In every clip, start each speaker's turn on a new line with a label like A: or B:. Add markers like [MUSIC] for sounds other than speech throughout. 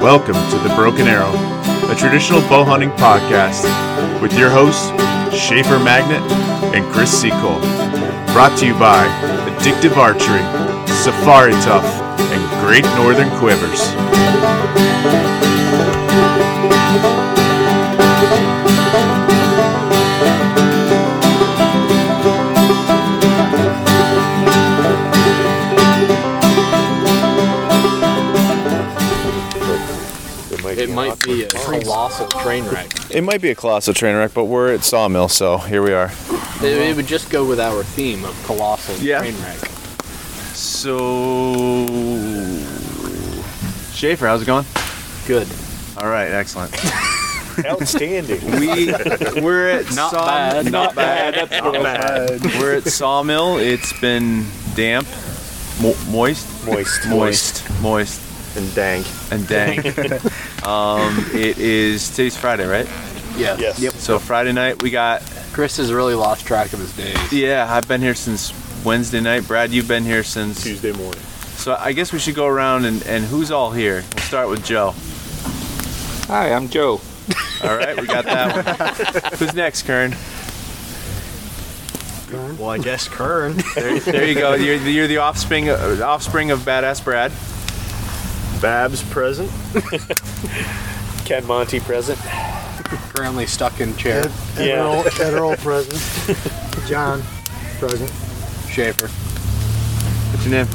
A: welcome to The Broken Arrow, a traditional bow hunting podcast with your hosts, Schaefer Magnet and Chris Seacole. Brought to you by Addictive Archery, Safari Tough, and Great Northern Quivers.
B: It might be a colossal train wreck.
A: It might be a colossal train wreck, but we're at Sawmill, so here we are.
B: It, it would just go with our theme of colossal
A: Yeah.
B: train wreck.
A: So, Schaefer, how's it going?
B: Good.
A: All right, excellent.
C: Outstanding.
A: We we're at
B: Not
A: Saw-
B: bad.
A: Not bad. not bad. We're at Sawmill. It's been damp, mo- moist,
C: Moist.
A: moist, moist,
C: And dank.
A: and
C: [LAUGHS]
A: dank. um, it is today's Friday, right?
B: Yeah.
C: Yes. Yep.
A: So Friday night we got.
B: Chris has really lost track of his days.
A: Yeah, I've been here since Wednesday night. Brad, you've been here since.
C: Tuesday morning.
A: So I guess we should go around and, and who's all here. We'll start with Joe.
D: Hi, I'm Joe.
A: All right, we got that one.
D: [LAUGHS]
A: who's next, Kern?
B: Well, I guess Kern.
A: There, there you go. You're, you're the offspring offspring of badass Brad.
C: [LAUGHS] Babs present. Ken Monty present.
B: Currently stuck in chair.
C: Yeah.
E: Federal present. [LAUGHS] John present.
B: Schaefer.
A: What's your name?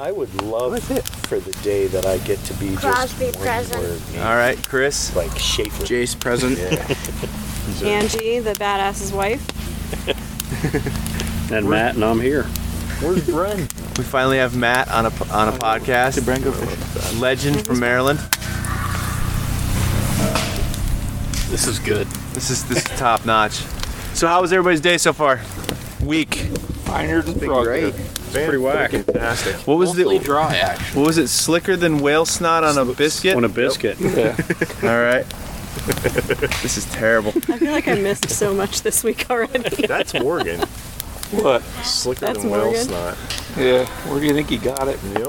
C: I would love it for the day that I get to be just
F: Crosby
C: one
F: present.
C: word name,
A: All right, Chris.
C: like Schaefer.
D: Jace present.
C: Yeah.
G: Angie, the badass's wife.
H: And Matt and I'm here.
C: Where's Bren?
A: We finally have Matt on a on a podcast. Legend from Maryland.
B: [LAUGHS] This is good.
A: This is this is top notch. So how was everybody's day so far? Week.
D: Finer than frog. Great.
C: Pretty whack. Fantastic.
A: What was
B: Mostly
A: the
B: dry, actually.
A: what was it? Slicker than whale snot on a biscuit.
H: On a biscuit.
A: [LAUGHS] All right. this is terrible.
G: I feel like I missed so much this week
A: [LAUGHS]
G: already.
C: That's Morgan.
D: What?
C: Slicker
G: That's
C: than whale
G: Morgan.
C: snot.
D: Yeah. Where do you think he got it?
C: Yep.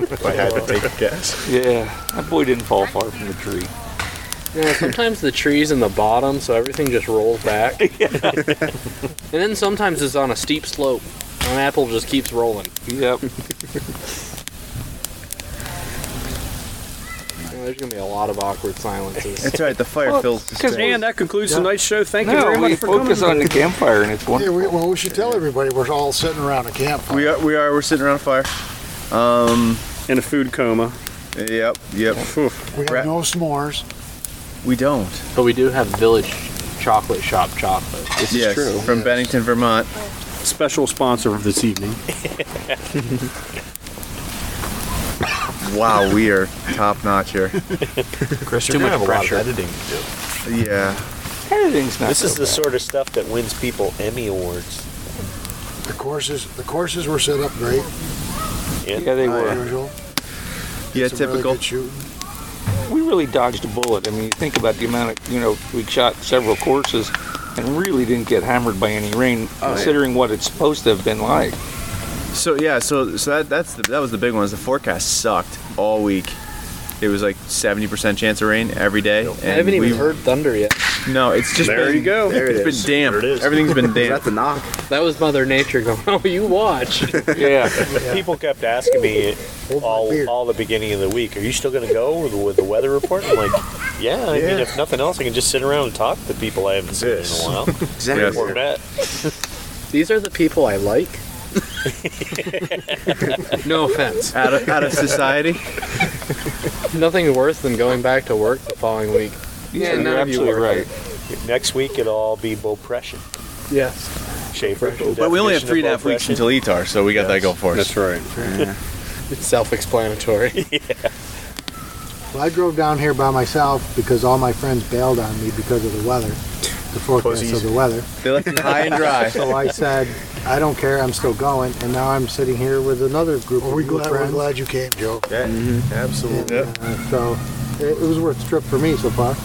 C: if I had to take a guess.
D: Yeah. That boy didn't fall far from the tree.
B: Yeah, sometimes the tree's in the bottom, so everything just rolls back. [LAUGHS] and then sometimes it's on a steep slope. An apple just keeps rolling.
D: Yep.
B: You know, [LAUGHS] there's gonna be a lot of awkward silences.
A: That's right. The fire fills the
D: Because
A: stage.
H: And that concludes tonight's show. Thank you
D: no,
H: very
D: we
H: much for
D: focus
H: coming.
D: on the campfire and it's
E: Yeah,
D: wonderful.
E: we, well, we should tell everybody we're all sitting around a campfire.
A: We are we are we're sitting around a fire.
H: In a food coma.
A: Yep. Yep.
E: We
A: Brett.
E: have no s'mores.
A: We don't.
B: but we do have village chocolate shop chocolate.
A: This yes, From Bennington, Vermont.
H: Special sponsor of this evening.
A: Wow, we are top notch here.
B: Chris, too much pressure.
C: editing to do.
A: [LAUGHS] Yeah.
D: Everything's not
C: This
D: so
C: is the
D: bad.
C: sort of stuff that wins people Emmy awards.
E: The courses, the courses were set up great
D: Yeah, they
E: as
D: were.
E: usual.
A: Yeah,
E: Some really
A: typical.
E: good shooting.
D: We really dodged a bullet. I mean, you think about the amount of, you know, we shot several courses and really didn't get hammered by any rain,
I: Oh,
D: considering what it's supposed to have been like.
A: So yeah, so so that that's the, that was the big one. Is the forecast sucked all week. It was like seventy percent chance of rain every day. And
B: I haven't even
A: we-
B: heard thunder yet.
A: No, it's just
H: There
A: been,
H: you go. There it
A: It's
H: is.
A: been damp.
C: There it is.
A: Everything's [LAUGHS] been damp.
H: knock.
B: That was Mother Nature going, [LAUGHS] oh, you [LAUGHS] watch.
A: [LAUGHS]
D: Yeah.
C: People kept asking me
E: Hold my
C: all
E: beer.
C: all the beginning of the week. Are you still going to go with, with the weather report? I'm like, yeah. I mean, if nothing else, I can just sit around and talk to people I haven't seen
A: Yes. [LAUGHS]
C: in a while.
A: Yes.
C: Or met.
B: These are the people I like. [LAUGHS] no offense.
A: Out of [LAUGHS] out of society.
B: Nothing worse than going back to work the following week.
D: Yeah,
B: none
D: you're
B: of you
D: absolutely
B: were.
D: right.
C: Next week it'll all be Bopression.
B: Yes.
C: Schaefer. the
A: But we only have
C: definition
A: three and a
C: of
A: half weeks
C: Bopression.
A: until ETAR, so we got that going for us.
H: That's right.
B: It's self explanatory.
E: Well, I drove down here by myself because all my friends bailed on me because of the weather, the forecast of
C: Pussies.
E: the weather.
A: They left you high
C: [LAUGHS]
A: and dry.
E: So I said, I don't care, I'm still going. And now I'm sitting here with another group of new friends. uh, We're glad you came, Joe.
C: Yeah, Mm-hmm. absolutely.
E: So it, it was worth the trip for me so far.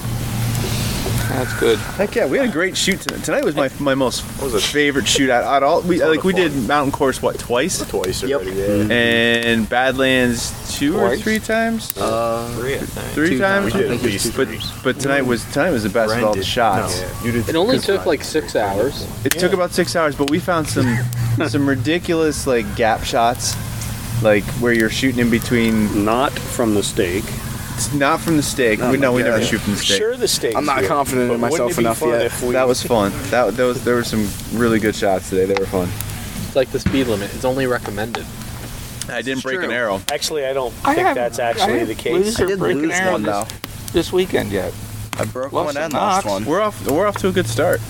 D: That's good.
A: Heck yeah, we had a great shoot tonight. Tonight was my my most favorite shoot out at all. We like we did mountain course what twice
C: Twice
I: Yep.
C: already. Yeah.
A: and Badlands two or
D: Twice?
A: three times,
I: Uh,
C: Three, I think.
A: three
D: Two
A: times.
C: We did at least
A: But
C: three.
A: but tonight was tonight was the best of all the shots.
C: You did.
B: It only took like six hours.
A: It took about six hours, but we found some some ridiculous like gap shots, like where you're shooting in between.
J: Not from the stake.
A: It's not from the stake.
I: Oh
A: we,
I: my
A: no, we
I: God.
A: never shoot from the stake.
C: Sure, the stakes.
I: I'm not
C: here,
I: confident in
C: but wouldn't
I: myself
C: it be
I: enough
C: fun
I: yet.
C: if we-
A: That was fun. That those there were some really good shots today. They were fun.
B: It's like the speed limit. It's only recommended.
A: I didn't break
I: true.
A: an arrow.
C: Actually, I don't
D: I
C: think
D: haven't-
C: that's actually
D: I
C: the
D: haven't
C: case.
D: lose-
I: I did
D: Breaking
I: lose
D: arrow
I: one
D: this-
I: though.
D: This weekend yet?
I: I broke
D: Lost
I: one
D: a
I: and
D: knock.
I: lost one.
A: We're off. We're off to a good start.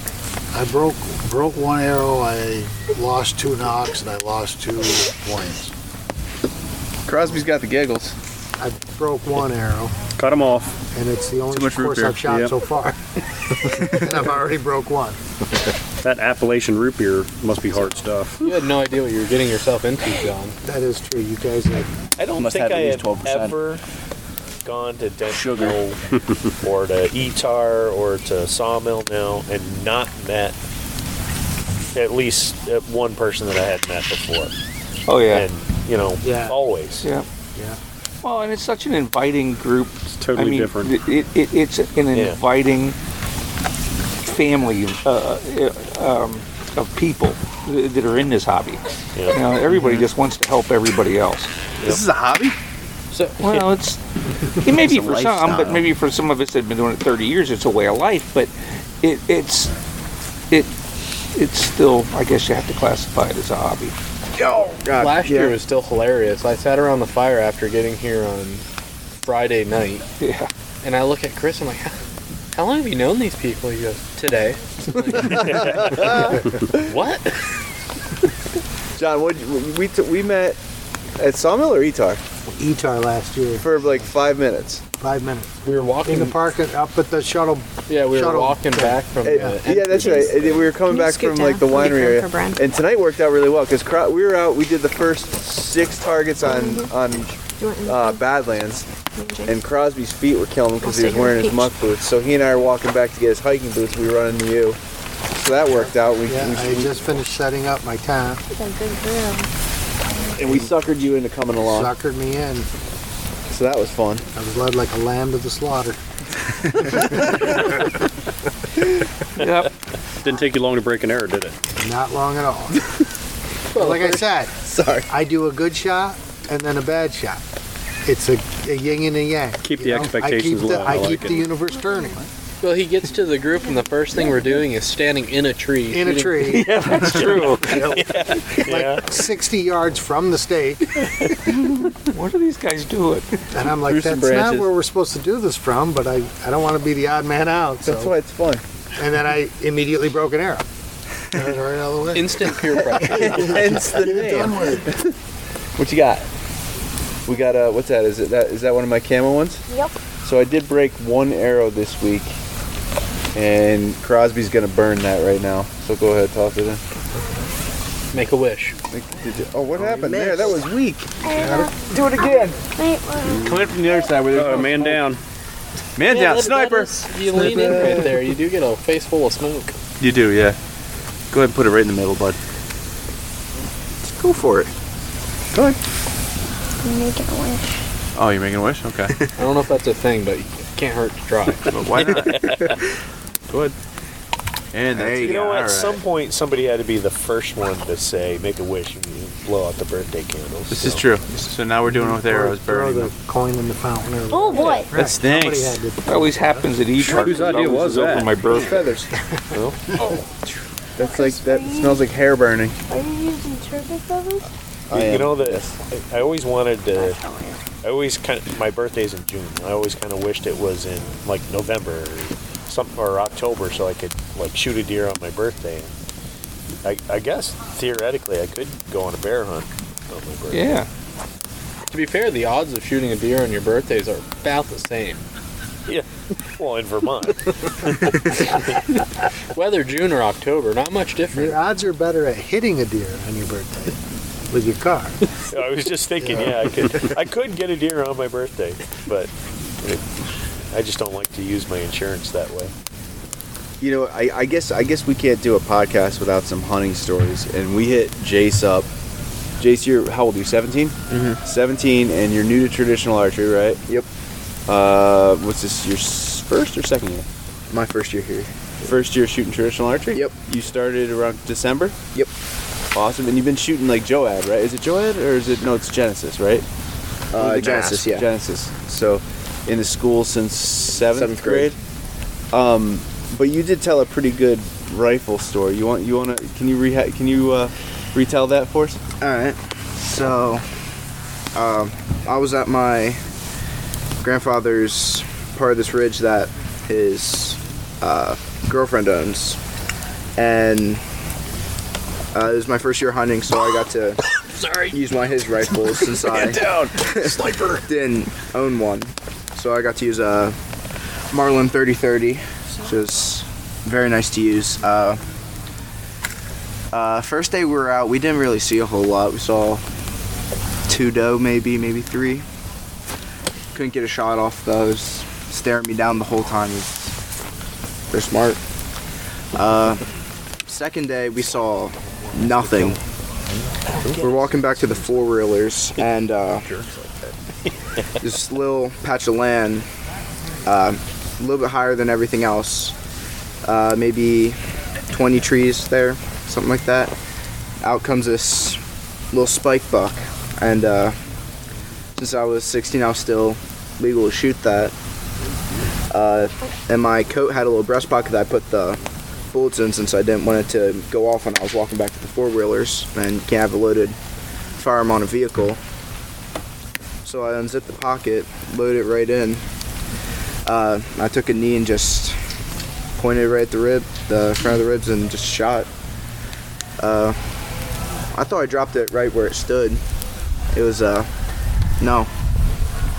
E: I broke broke one arrow. I lost two knocks and I lost two points.
A: Crosby's got the giggles.
E: I broke one arrow,
J: Cut them off.
E: and it's the only
A: much root
E: course
A: beer.
E: I've shot
J: Yep.
E: so far.
A: [LAUGHS]
E: and I've already broke one.
J: That Appalachian root beer must be hard stuff.
B: You had no idea what you were getting yourself into, John.
E: That is true. You guys are
C: I don't
I: Must
C: think
I: have at
C: I
I: least 12%.
C: have ever gone to Denton
I: Sugar.
C: Mill [LAUGHS] or to E Etar or to Sawmill now and not met at least uh, one person that I had met before.
D: Oh yeah.
C: And you know,
E: Yeah.
C: always.
D: Yeah.
E: Yeah.
D: Well, and it's such an inviting group.
J: It's totally
D: I mean,
J: different.
D: It, it, it, it's an
C: Yeah.
D: inviting family uh, uh, um, of people th- that are in this hobby.
C: Yeah.
D: You know, everybody just wants to help everybody else.
A: This is a hobby.
B: So
D: Well, it's it may be
I: It's a
D: for some, but
I: lifestyle.
D: maybe for some of us that have been doing it 30 years, it's a way of life. But it, it's it it's still, I guess, you have to classify it as a hobby.
B: last year was still hilarious. I sat around the fire after getting here on Friday night,
D: Yeah.
B: and I look at Chris. I'm like, how long have you known these people? He goes, today. what?
A: John, what we t- we met at Sawmill or Etar
E: ETAR last year.
A: for like five minutes.
E: Five minutes
B: We were
E: in the
B: walking.
E: park and up at the shuttle.
B: Yeah, we were
E: shuttle.
B: walking back from.
A: Hey,
B: the
A: Uh, yeah, that's right. And then we were coming
K: Can you
A: back
K: scoot
A: from like the
K: down? Let me
A: winery
K: grab
A: area,
K: for Brent.
A: and tonight worked out really well because cro- we were out. We did the first six targets on on
K: Do you want
A: uh, Badlands,
K: anything,
A: and Crosby's feet were killing him because he
K: I'll
A: was
K: take your
A: wearing his
K: peach.
A: muck boots. So he and I are walking back to get his hiking boots. We run into you, so that worked out. We,
E: Yeah, I
A: we,
E: just finished setting up my tent.
I: And we suckered you into coming along.
E: Suckered me in.
A: so that was fun.
E: I was led like a lamb to the slaughter.
D: Yep.
J: Didn't take you long to break an arrow, did it?
E: Not long at
B: [LAUGHS]
E: all. But like I said,
A: Sorry.
E: I do a good shot and then a bad shot. It's a, a yin and a yang.
J: Keep
E: you
J: the
E: know? I keep
J: expectations
E: the,
J: low.
E: I
J: I
E: keep
J: like
E: the
J: it.
E: universe turning
B: Well, he gets to the group, and the first thing we're doing is standing in a tree.
E: in a tree,
B: shooting-
D: That's
E: [LAUGHS]
D: true.
C: Yeah.
E: 60 yards from the stake,
D: what are these guys doing?
E: and I'm like,
A: Through some
E: that's not
A: branches.
E: where we're supposed to do this from. But I, I don't want to be the odd man out. So,
A: That's why it's fun.
E: and then I immediately broke an arrow. And I was right out of the way.
B: Instant [LAUGHS]
A: [LAUGHS]
B: peer pressure.
A: Hence the name. What you got? We got uh, what's that? Is it that? Is that one of my camo ones?
K: Yep.
A: So I did break one arrow this week, and Crosby's gonna burn that right now. So go ahead, toss it in.
B: Make a wish.
A: Like, did you- oh, what happened there? That was weak.
K: Do it again.
A: Come in from the other side where
J: Oh, man down.
A: man
B: Yeah,
A: down,
B: that-
A: sniper.
B: that is- You lean in right there. You do get a face full of smoke.
A: You do, yeah. Go ahead and put it right in the middle, bud. Go for it. Go ahead. Oh, you're making a wish? [LAUGHS] Okay.
B: I don't know if that's a thing, but it can't hurt to try.
A: But why not? Go ahead. And that's
I: Hey,
A: it.
C: You know,
A: All
C: at
A: right.
C: some point, somebody had to be the first one to say, "Make a wish and you blow out the birthday candles."
A: This
C: so.
A: is true. So now we're doing it with arrows
E: Throw
A: burning.
E: the coin in the fountain. Or
K: Oh, boy.
E: Right,
A: That
E: somebody
A: stinks.
E: had to-
D: It always happens at each
J: Whose idea was
D: over
J: that? Oh.
D: my birthday.
A: Feathers. That's like that smells like hair burning.
F: Are you using turkey feathers?
A: I
C: You
A: am.
C: know that I always wanted to. I always kind of, my birthday's in June. I always kind of wished it was in like November or something or October, so I could like shoot a deer on my birthday. I, I guess theoretically I could go on a bear hunt on my birthday.
D: Yeah.
B: to be fair, the odds of shooting a deer on your birthdays are about the same.
C: Yeah. Well, in [LAUGHS] Vermont.
B: Whether June or October, not much different.
E: Your odds are better at hitting a deer on your birthday with your car.
C: I was just thinking, yeah, I could I could get a deer on my birthday, but it, I just don't like to use my insurance that way.
L: you know, I, I guess I guess we can't do a podcast without some hunting stories. And we hit Jace up. Jace, you're how old? Are you 17? Mm-hmm. 17, and you're new to traditional archery, right? Yep. Uh, what's this? Your s- first or second year?
I: [LAUGHS] My first year here.
L: First year shooting traditional archery.
I: Yep.
L: You started around December.
I: Yep.
L: Awesome, and you've been shooting like Joad, right? Is it Joad or is it no? It's Genesis, right?
I: Uh,
L: The
I: Genesis,
L: Gasp,
I: yeah.
L: Genesis. So, in the school since seventh,
I: Seventh
L: grade.
I: grade.
L: Um, but you did tell a pretty good rifle story. You want you want to? Can you reha- Can you uh, retell that for us?
I: All right. So, um, I was at my grandfather's part of this ridge that his uh, girlfriend owns, and uh, it was my first year hunting, so I got
C: [COUGHS]
I: to
B: Sorry.
I: use one of his rifles since
C: [LAUGHS]
I: I [LAUGHS]
C: down, sniper.
I: didn't own one, so I got to use a Marlin 3030, which was very nice to use. Uh, uh, first day we were out, we didn't really see a whole lot. We saw two doe, maybe, maybe three. Couldn't get a shot off those. Staring me down the whole time. It's- They're smart. Uh, second day we saw nothing. We're walking back to the four reelers and uh, this little patch of land, um, a little bit higher than everything else, uh, maybe 20 trees there, something like that. Out comes this little spike buck, and uh, since I was 16, I was still legal to shoot that. Uh, and my coat had a little breast pocket that I put the bullets in since I didn't want it to go off when I was walking back to the four wheelers, and you can't have a loaded firearm on a vehicle. So I unzipped the pocket, loaded it right in. Uh, I took a knee and just pointed right at the rib, the front of the ribs, and just shot. Uh, I thought I dropped it right where it stood. It was uh, no,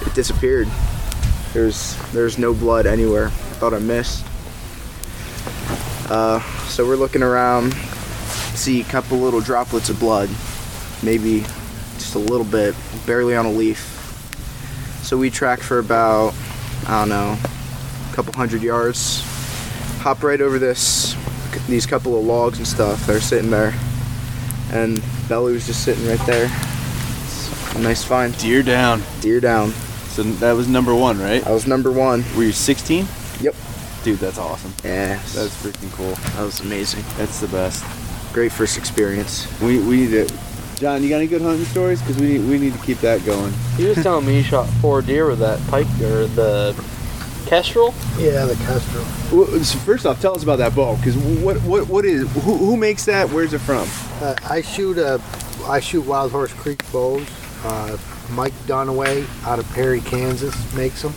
I: it disappeared. There's there's no blood anywhere. I thought I missed. Uh, so we're looking around, see a couple little droplets of blood, maybe just a little bit, barely on a leaf. So we track for about, I don't know, a couple hundred yards. Hop right over this, these couple of logs and stuff. They're sitting there, and Belly was just sitting right there. It's a nice find.
L: Deer down.
I: Deer down.
L: So that was number one, right?
I: I was number one.
L: Were you 16?
I: Yep.
L: Dude, that's awesome.
I: Yeah,
L: That's freaking cool.
I: that was amazing.
L: That's the best.
I: Great first experience.
L: We we need to. John, you got any good hunting stories? Because we we need to keep that going.
B: He was telling me he shot four deer with that pike or the kestrel.
E: Yeah, the Kestrel.
L: Well, so first off, tell us about that bow. Because what what what is who, who makes that? Where's it from?
E: Uh, I shoot a, I shoot Wild Horse Creek bows. Uh, Mike Dunaway out of Perry, Kansas makes them,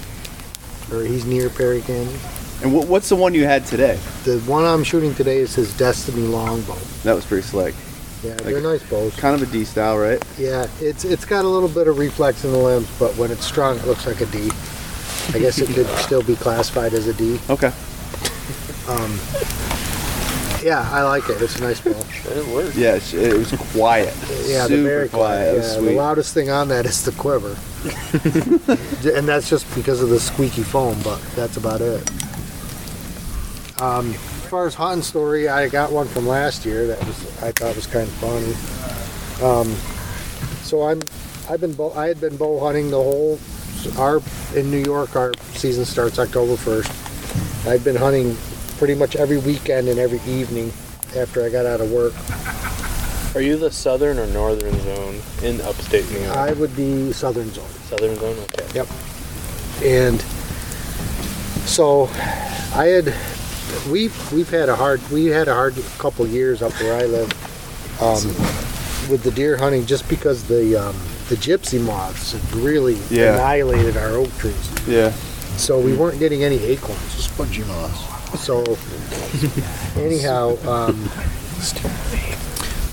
E: or he's near Perry, Kansas.
L: And what, what's the one you had today?
E: The one I'm shooting today is his Destiny Longbow.
L: That was pretty slick.
E: Yeah, they're nice bows.
L: Kind of a D style, right?
E: Yeah, it's it's got a little bit of reflex in the limbs, but when it's strung, it looks like a D. I guess it could still be classified as a D.
L: Okay.
E: Um, yeah, I like it. It's a nice bow.
B: It worked.
L: Yeah, it's- it was quiet.
E: Yeah,
L: Super
E: the very
L: It
E: quiet.
L: was
E: Yeah,
L: sweet.
E: the loudest thing on that is
L: [LAUGHS]
E: the quiver, and that's just because of the squeaky foam. But that's about it. Um, as far as hunting story, I got one from last year that was I thought was kind of funny. Um, so I'm I've been bow, I had been bow hunting the whole our in New York our season starts October first. I've been hunting pretty much every weekend and every evening after I got out of work.
B: Are you the southern or northern zone in upstate New York?
E: I would be southern zone.
B: Southern zone, okay.
E: Yep. and so I had we've we've had a hard we had a hard couple years up where I live um, with the deer hunting just because the um, the gypsy moths had really
L: Yeah.
E: annihilated our oak trees,
L: yeah.
E: so we weren't getting any acorns. Just spongy moths. So anyhow, um,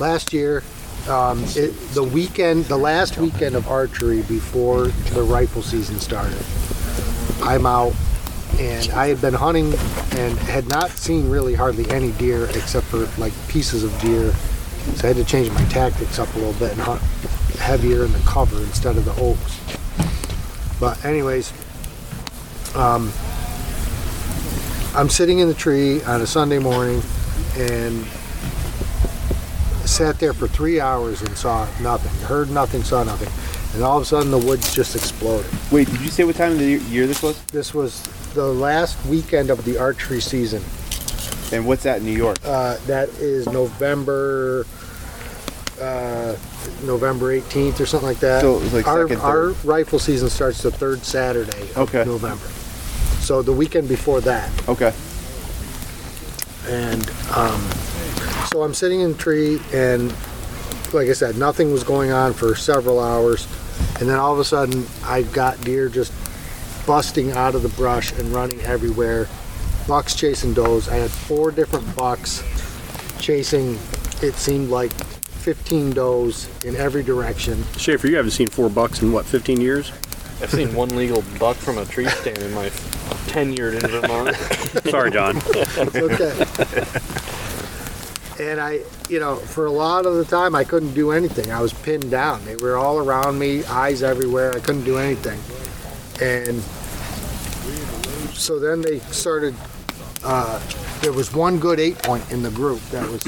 E: last year. Um, it, the weekend, the last weekend of archery before the rifle season started, I'm out and I had been hunting and had not seen really hardly any deer except for like pieces of deer. So I had to change my tactics up a little bit and hunt heavier in the cover instead of the oaks. But anyways, um, I'm sitting in the tree on a Sunday morning and sat there for three hours and saw nothing, heard nothing, saw nothing. And all of a sudden, the woods just exploded.
L: Wait, did you say what time of the year- year this was?
E: This was the last weekend of the archery season.
L: And what's that in New York?
E: Uh, that is November, uh, November 18th or something like that.
L: So it was like
E: our,
L: second,
E: our
L: third.
E: rifle season starts the third Saturday of
L: Okay.
E: November. So the weekend before that.
L: Okay.
E: And um, so I'm sitting in the tree, and like I said, nothing was going on for several hours. And then all of a sudden, I got deer just busting out of the brush and running everywhere. Bucks chasing does. I had four different bucks chasing, it seemed like 15 does in every direction.
J: Schaefer, you haven't seen four bucks in what,
D: [LAUGHS]
J: 15 years?
B: I've seen one legal buck from a tree stand in my tenure in [LAUGHS] Vermont.
J: Sorry, John.
E: It's okay. and I, you know, for a lot of the time, I couldn't do anything. I was pinned down. They were all around me, eyes everywhere. I couldn't do anything. And so then they started. Uh, there was one good eight point in the group that was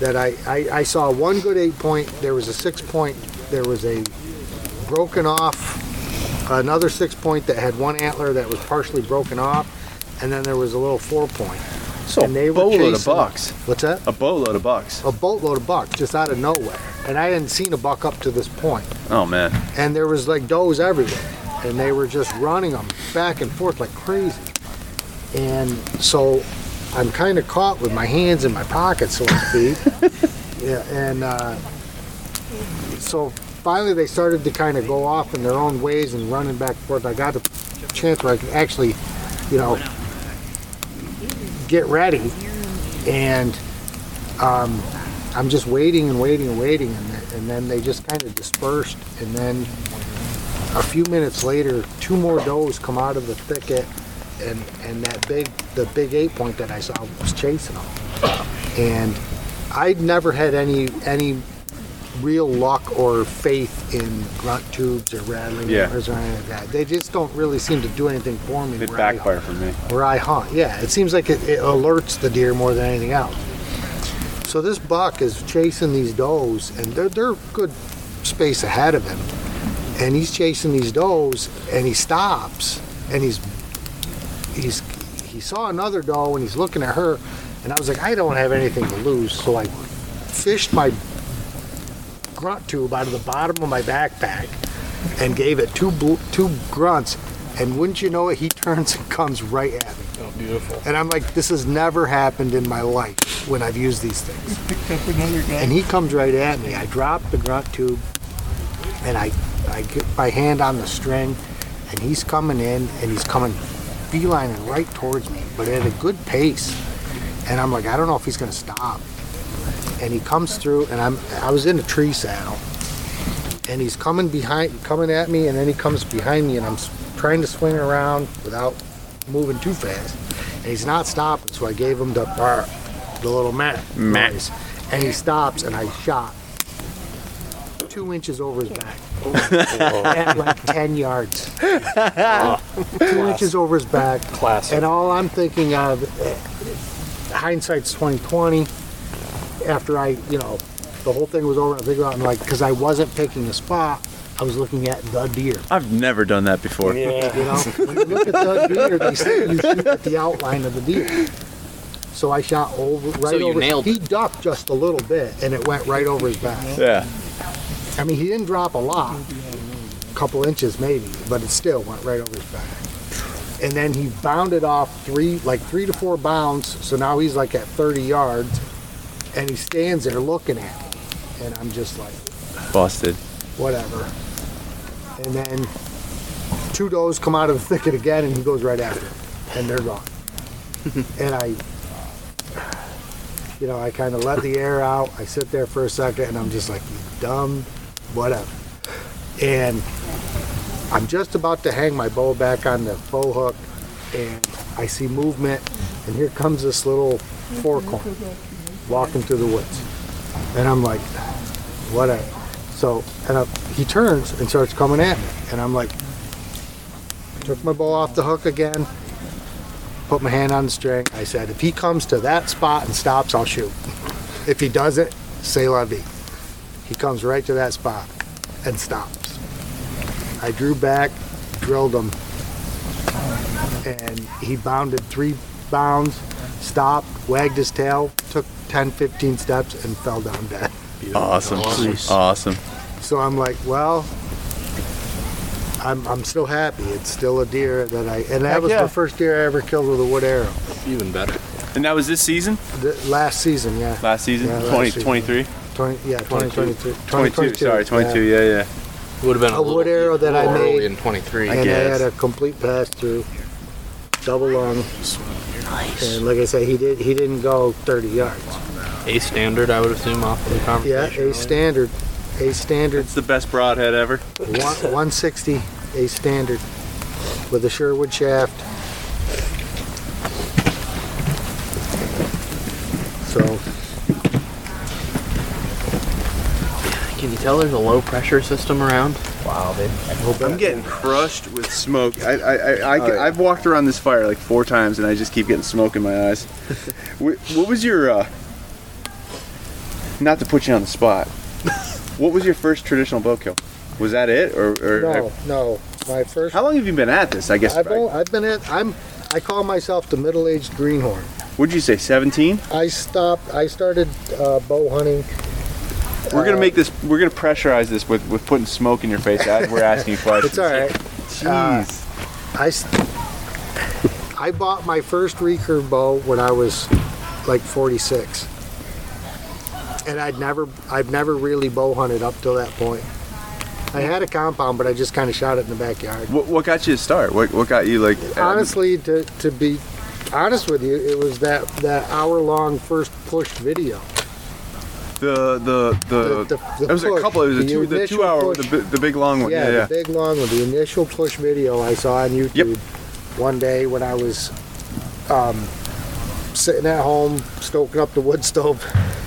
E: that I, I I saw one good eight point. There was a six point. There was a broken off another six point that had one antler that was partially broken off, and then there was a little four point.
L: So
E: and they
L: boatload of
E: chasing-
L: bucks.
E: What's that?
L: A boatload of bucks.
E: A boatload of bucks just out of nowhere, and I hadn't seen a buck up to this point.
L: Oh man.
E: And there was like does everywhere, and they were just running them back and forth like crazy. And so I'm kind of caught with my hands in my pockets, so to
L: [LAUGHS]
E: speak. yeah, and uh, so finally they started to kind of go off in their own ways and running back and forth. I got a chance where I could actually, you know, get ready, and um, I'm just waiting and waiting and waiting, and, th- and then they just kind of dispersed, and then a few minutes later, two more does come out of the thicket, and and that big the big eight point that I saw was chasing them, and I'd never had any any real luck or faith in grunt tubes or rattling
L: Yeah.
E: hammers or anything like that. They just don't really seem to do anything for me.
L: They
E: where I-
L: backfire for me.
E: where I hunt. Yeah, it seems like it, it alerts the deer more than anything else. So this buck is chasing these does, and they're they're a good space ahead of him, and he's chasing these does, and he stops, and he's he's he saw another doe, and he's looking at her, and I was like, I don't have anything to lose, so I fished my grunt tube out of the bottom of my backpack and gave it two bl- two grunts, and wouldn't you know it, he [LAUGHS] turns and comes right at me.
B: Oh, beautiful.
E: And I'm like, this has never happened in my life when I've used these things.
A: Picked up another guy.
E: And he comes right at me. I drop the grunt tube, and I I get my hand on the string, and he's coming in, and he's coming beelining right towards me, but at a good pace. And I'm like, I don't know if he's gonna stop. And he comes through, and I'm I was in a tree saddle, and he's coming behind, coming at me, and then he comes behind me, and I'm s- trying to swing around without moving too fast, and he's not stopping. So I gave him the bark, the little mat
M: Meh.
E: noise, and he stops, and I shot two inches over his back at like ten yards, two inches over his back.
B: Classic.
E: And all I'm thinking of, eh, hindsight's 2020. After I, you know, the whole thing was over, I think about it, I'm like, because I wasn't picking a spot, I was looking at the deer.
L: I've never done that before.
E: You know, when you look at the deer, they say you shoot at the outline of the deer. So I shot over right
B: So you
E: over.
B: nailed
E: he ducked just a little bit, and it went right over his back.
L: Yeah.
E: I mean, he didn't drop a lot, a couple inches maybe, but it still went right over his back. And then he bounded off three, like three to four bounds. So now he's like at 30 yards, and he stands there looking at me, and I'm just like,
L: Busted.
E: whatever. And then two does come out of the thicket again, and he goes right after them, and they're gone. and I, you know, I kind of let the air out. I sit there for a second, and I'm just like, you dumb, whatever. And I'm just about to hang my bow back on the bow hook, and I see movement, and here comes this little four corn walking through the woods. And I'm like, whatever. So, and I, he turns and starts coming at me. And I'm like, took my bow off the hook again, put my hand on the string. I said, if he comes to that spot and stops, I'll shoot. If he doesn't, say la vie. He comes right to that spot and stops. I drew back, drilled him, and he bounded three bounds, stopped, wagged his tail, took 10, 15 steps, and fell down dead.
A: Awesome.
E: Jeez.
A: Awesome.
E: So I'm like, well, I'm, I'm still happy. It's still a deer that I, and that
A: Heck
E: was
A: yeah.
E: the first deer I ever killed with a wood arrow.
B: Even better.
A: And that was this season?
E: The, last season, yeah.
A: Last season?
E: Yeah, last
A: 20,
E: season.
A: 23?
E: 20, yeah, 2022.
A: 22, sorry, 22, yeah, yeah.
B: Would have been
E: A wood arrow that I
B: early
E: made.
B: in 23.
E: and I had a complete pass through, double long. And like I said, he did. He didn't go 30 yards.
B: A standard, I would assume, off of the conversation.
E: Yeah, a standard, a standard,
A: It's the best broadhead ever.
E: one, 160, a standard, with a Sherwood shaft. So
B: Can you tell there's a low pressure system around?
I: Wow, dude.
A: I'm getting crushed with smoke. I, I, I, I,
L: Oh, yeah.
A: I've walked around this fire like four times and I just keep getting smoke in my eyes. what, what was your, uh, not to put you on the spot, [LAUGHS] what was your first traditional bow kill? Was that it? Or, or
E: no, no, my first.
A: How long have you been at this? I guess.
E: I've, only, I've been at. I'm. I call myself the middle-aged greenhorn.
A: Would you say 17?
E: I stopped. I started uh, bow hunting. Uh,
A: We're gonna make this. We're gonna pressurize this with, with putting smoke in your face as we're asking you questions.
E: It's all right.
A: Jeez.
E: I s- I bought my first recurve bow when I was like 46, and I'd never I've never really bow hunted up till that point. I had a compound, but I just kind of shot it in the backyard.
A: What, what got you to start? What, what got you like?
E: Honestly, to, to be honest with you, it was that that hour long first push video.
A: The the
E: The- the-
A: the.
E: the
A: it Uh, was
E: push,
A: a couple. It was
E: the
A: a two the
E: initial
A: two hour
E: push.
A: the, bi- the big long one. Yeah,
E: Yeah,
A: yeah.
E: the big long one, the initial push video I saw on YouTube one day when I was um, sitting at home stoking up the wood stove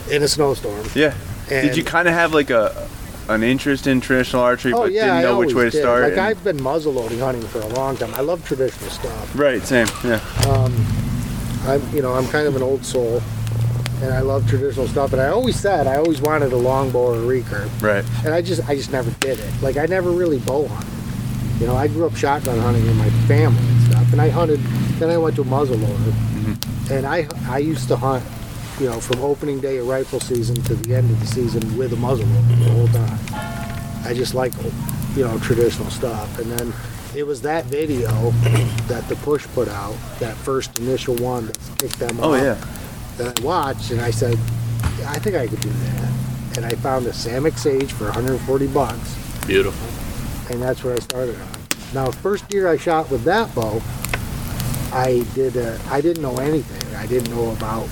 E: [LAUGHS] in a snowstorm.
A: Yeah. Did
E: And-
A: you kind of have like a an interest in traditional archery,
E: oh
A: but
E: yeah,
A: didn't
E: I
A: know which way to
E: always did.
A: start?
E: Like
A: and-
E: I've been muzzleloading hunting for a long time. I love traditional stuff.
A: right. Same. Yeah.
E: Um, I'm, you know, I'm kind of an old soul, and I love traditional stuff. And I always said I always wanted a longbow or a recurve.
A: Right.
E: and I just I just never did it. Like I never really bow hunted. You know, I grew up shotgun hunting in my family and stuff, and I hunted. Then I went to muzzleloader,
A: Mm-hmm.
E: and I I used to hunt, you know, from opening day of rifle season to the end of the season with a muzzleloader the whole time. I just like, you know, traditional stuff, and then. It was that video [CLEARS THROAT] that the push put out, that first initial one that kicked them
A: Oh
E: off,
A: yeah.
E: that I watched, and I said, I think I could do that. And I found a Samick Sage for 140 bucks,
B: Beautiful.
E: and that's what I started on. Now, first deer I shot with that bow, I did. A, I didn't know anything. I didn't know about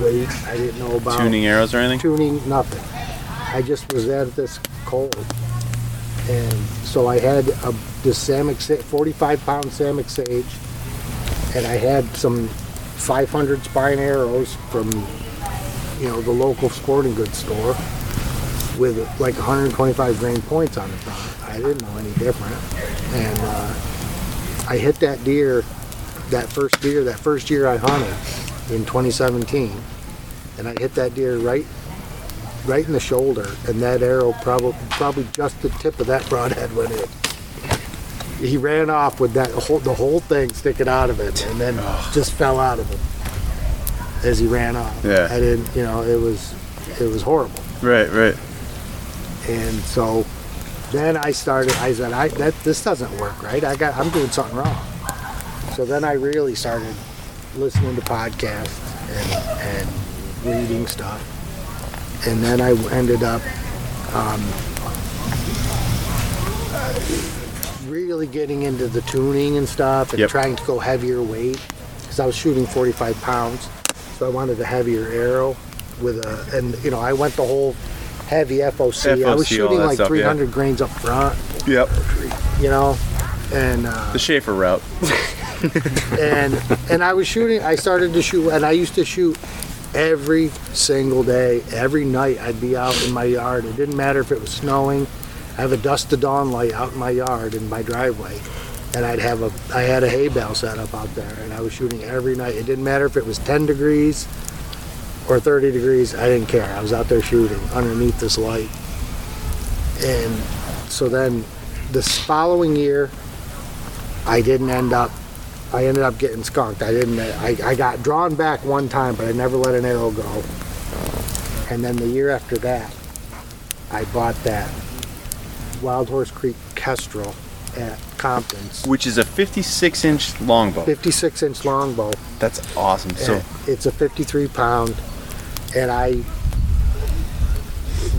E: weight. I didn't know about
A: Tuning arrows or anything?
E: Tuning nothing. I just was at this cold, and so I had a, this Samick Sa- 45 pound Samick Sage, and I had some 500 spine arrows from you know the local sporting goods store with like 125 grain points on the front. I didn't know any different. And uh, I hit that deer, that first deer, that first year I hunted in 2017. And I hit that deer right, right in the shoulder, and that arrow probably, probably just the tip of that broadhead went in. He ran off with that whole, the whole thing sticking out of it, and then just fell out of it as he ran off.
A: Yeah.
E: I didn't, you know, it was, it was horrible.
A: Right. Right.
E: And so then I started. I said, "I that this doesn't work, right? I got I'm doing something wrong." So then I really started listening to podcasts and, and reading stuff, and then I ended up um, really getting into the tuning and stuff, and
A: Yep.
E: trying to go heavier weight because I was shooting 45 pounds, so I wanted a heavier arrow with a and you know I went the whole heavy FOC. I was
A: FOC, all
E: shooting
A: that
E: like
A: stuff, yeah.
E: 300 grains up front,
A: Yep.
E: you know, and uh,
A: The Schaefer route.
E: [LAUGHS] and and I was shooting. I started to shoot, and I used to shoot every single day, every night. I'd be out in my yard. It didn't matter if it was snowing. I have a dusk to dawn light out in my yard in my driveway, and I'd have a I had a hay bale set up out there, and I was shooting every night. It didn't matter if it was 10 degrees or 30 degrees. I didn't care. I was out there shooting underneath this light, and so then this following year, I didn't end up. I ended up getting skunked. I didn't. I, I got drawn back one time, but I never let an arrow go. And then the year after that, I bought that Wild Horse Creek Kestrel at Compton's,
A: Which is a 56 inch longbow.
E: 56 inch longbow.
A: That's awesome. So
E: And it's a 53 pound, and I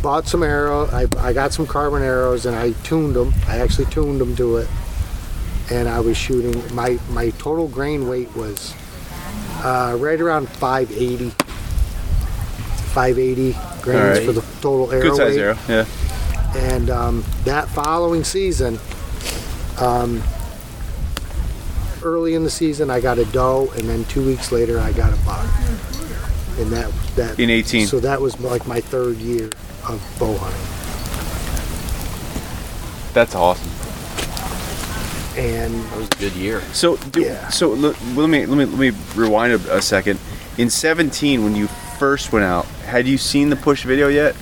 E: bought some arrow. I, I got some carbon arrows and I tuned them. I actually tuned them to it, and I was shooting. My my total grain weight was uh, right around 580. 580 grains
A: Alright.
E: for the total arrow
A: good size
E: weight.
A: arrow. Yeah.
E: And um, that following season, um, early in the season, I got a doe, and then two weeks later, I got a buck. And that that
A: In 18.
E: So that was like my third year of bow hunting,
A: That's awesome.
E: and that
B: was a good year.
A: So do, so l- let me let me let me rewind a, a second. In 17 when you first went out, had you seen the push video yet?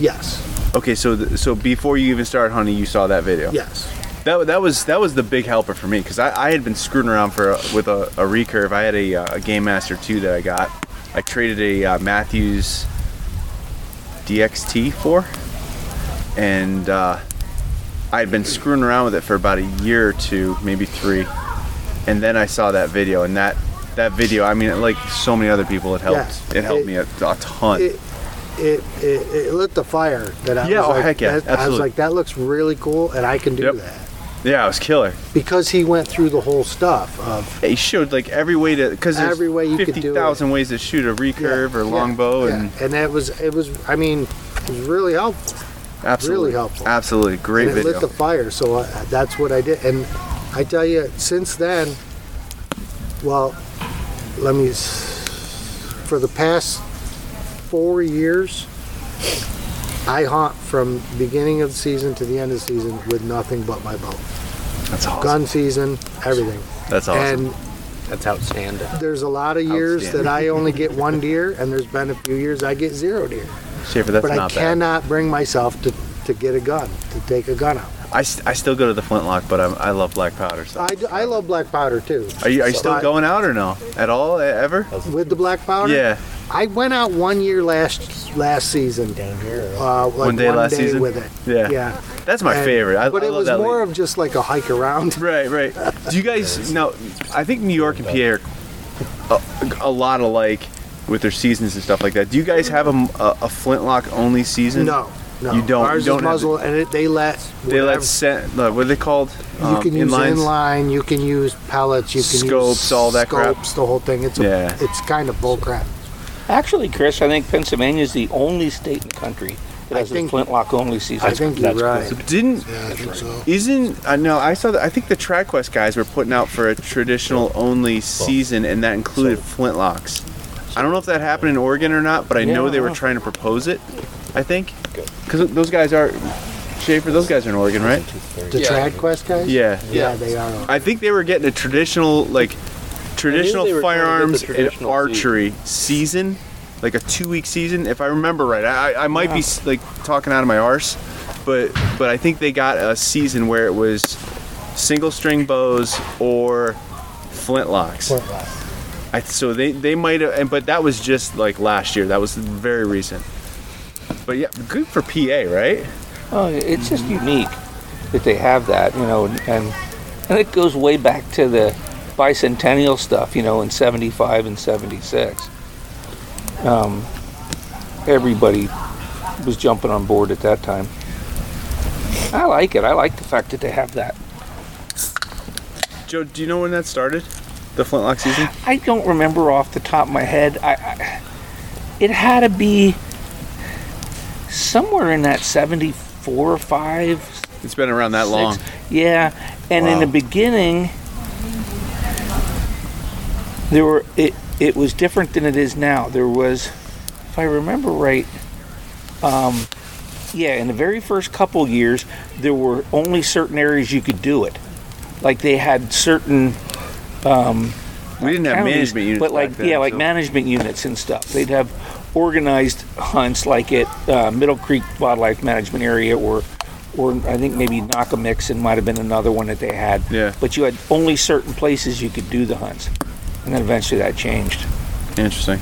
E: Yes.
A: Okay, so th- so before you even started hunting, you saw that video.
E: Yes.
A: That, that was that was the big helper for me because I, I had been screwing around for a, with a, a recurve. I had a, uh, a Game Master 2 that I got. I traded a uh, Matthews DXT for, and uh, I had been screwing around with it for about a year or two, maybe three, and then I saw that video, and that that video, I mean, like so many other people, it helped.
E: Yeah.
A: it helped
E: It-
A: me a, a ton.
E: it, it it it lit the fire that I
A: Yeah,
E: was
A: oh,
E: like,
A: heck yeah,
E: that- I was
A: absolutely.
E: like, that looks really cool, and I can do that
A: yeah, it was killer.
E: because he went through the whole stuff of
A: He showed like every way to because there's
E: Every way you could do it.
A: fifty thousand ways to shoot a recurve or
E: yeah,
A: longbow
E: yeah.
A: and
E: and that was it was I mean it was really helpful.
A: absolutely
E: Really helpful.
A: Absolutely great
E: and it
A: video.
E: lit the fire. So uh, that's what I did. And I tell you, since then, well, let me. s- For the past four years, I hunt from beginning of the season to the end of the season with nothing but my bow.
A: That's awesome.
E: Gun season, everything.
A: That's awesome.
E: And
B: That's outstanding.
E: there's a lot of years that I
B: Outstanding.
E: only get one deer, and there's been a few years I get zero deer.
A: Schaefer, that's
E: but
A: not
E: I
A: bad.
E: cannot bring myself to, to get a gun, to take a gun out.
A: I, s- I still go to the flintlock, but I'm, I love black powder. So.
E: I, I love black powder too.
A: Are you are you still
E: But
A: going out or no at all e- ever?
E: with the black powder?
A: Yeah.
E: I went out one year last last season. Uh, like
A: one day last season
E: with it.
A: Yeah.
E: Yeah.
A: That's my
E: And-
A: favorite. I,
E: but
A: I
E: it
A: love
E: was
A: that
E: more of just like a hike around.
A: [LAUGHS] Right, right. Do you guys now? I think New York and PA are a, a lot alike with their seasons and stuff like that. Do you guys have a, m- a- a flintlock only season?
E: No, no.
A: You don't.
E: Ours
A: you don't
E: is
A: have
E: muzzle, and it, they let.
A: the- they let
E: whatever-
A: set. What are they called? Um,
E: You can use inline. You can use pellets. You can
A: Scopes,
E: use
A: all that crap.
E: scopes. The whole thing. It's a,
D: Yeah.
E: It's kind of bullcrap.
D: Actually, Chris, I think Pennsylvania is the only state in the country that has a flintlock only season.
E: I think you're right.
A: Didn't
E: Yeah, I think so.
A: isn't I know I saw that I think the TriQuest guys were putting out for a traditional only season and that included flintlocks. I don't know if that happened in Oregon or not, but I know they were
D: Yeah.
A: trying to propose it. I think because those guys are Schaefer. Those guys are in Oregon, right?
E: The Trad Quest guys.
A: Yeah.
E: Yeah, they are.
A: I think they were getting a traditional like
E: they
A: traditional
E: were trying to get the
A: firearms and
E: traditional
A: archery season, like a two week season, if I remember right. I, I I might be s- like talking out of my arse, but but I think they got a season where it was single string bows or flintlocks. I, so they they might have, and but that was just like last year. That was very recent. But yeah, good for PA, right?
D: Oh, it's just unique that they have that, you know, and and, and it goes way back to the bicentennial stuff, you know, in '75 and '76. Um, everybody was jumping on board at that time. I like it. I like the fact that they have that.
A: Joe, do you know when that started? The flintlock season?
D: I don't remember off the top of my head. I, I it had to be somewhere in that 74 or 5
A: It's been around that long.
D: Yeah, and in
A: Wow.
D: the beginning, there were it. It was different than it is now. There was, if I remember right, um, yeah, in the very first couple years, there were only certain areas you could do it. like they had certain. Um,
A: we didn't have management units
D: but like
A: back then,
D: yeah, like
A: so-
D: management units and stuff. They'd have organized hunts like at uh, Middle Creek Wildlife Management Area, or or I think maybe Nakamixon might have been another one that they had.
A: Yeah.
D: But you had only certain places you could do the hunts, and then eventually that changed.
A: Interesting.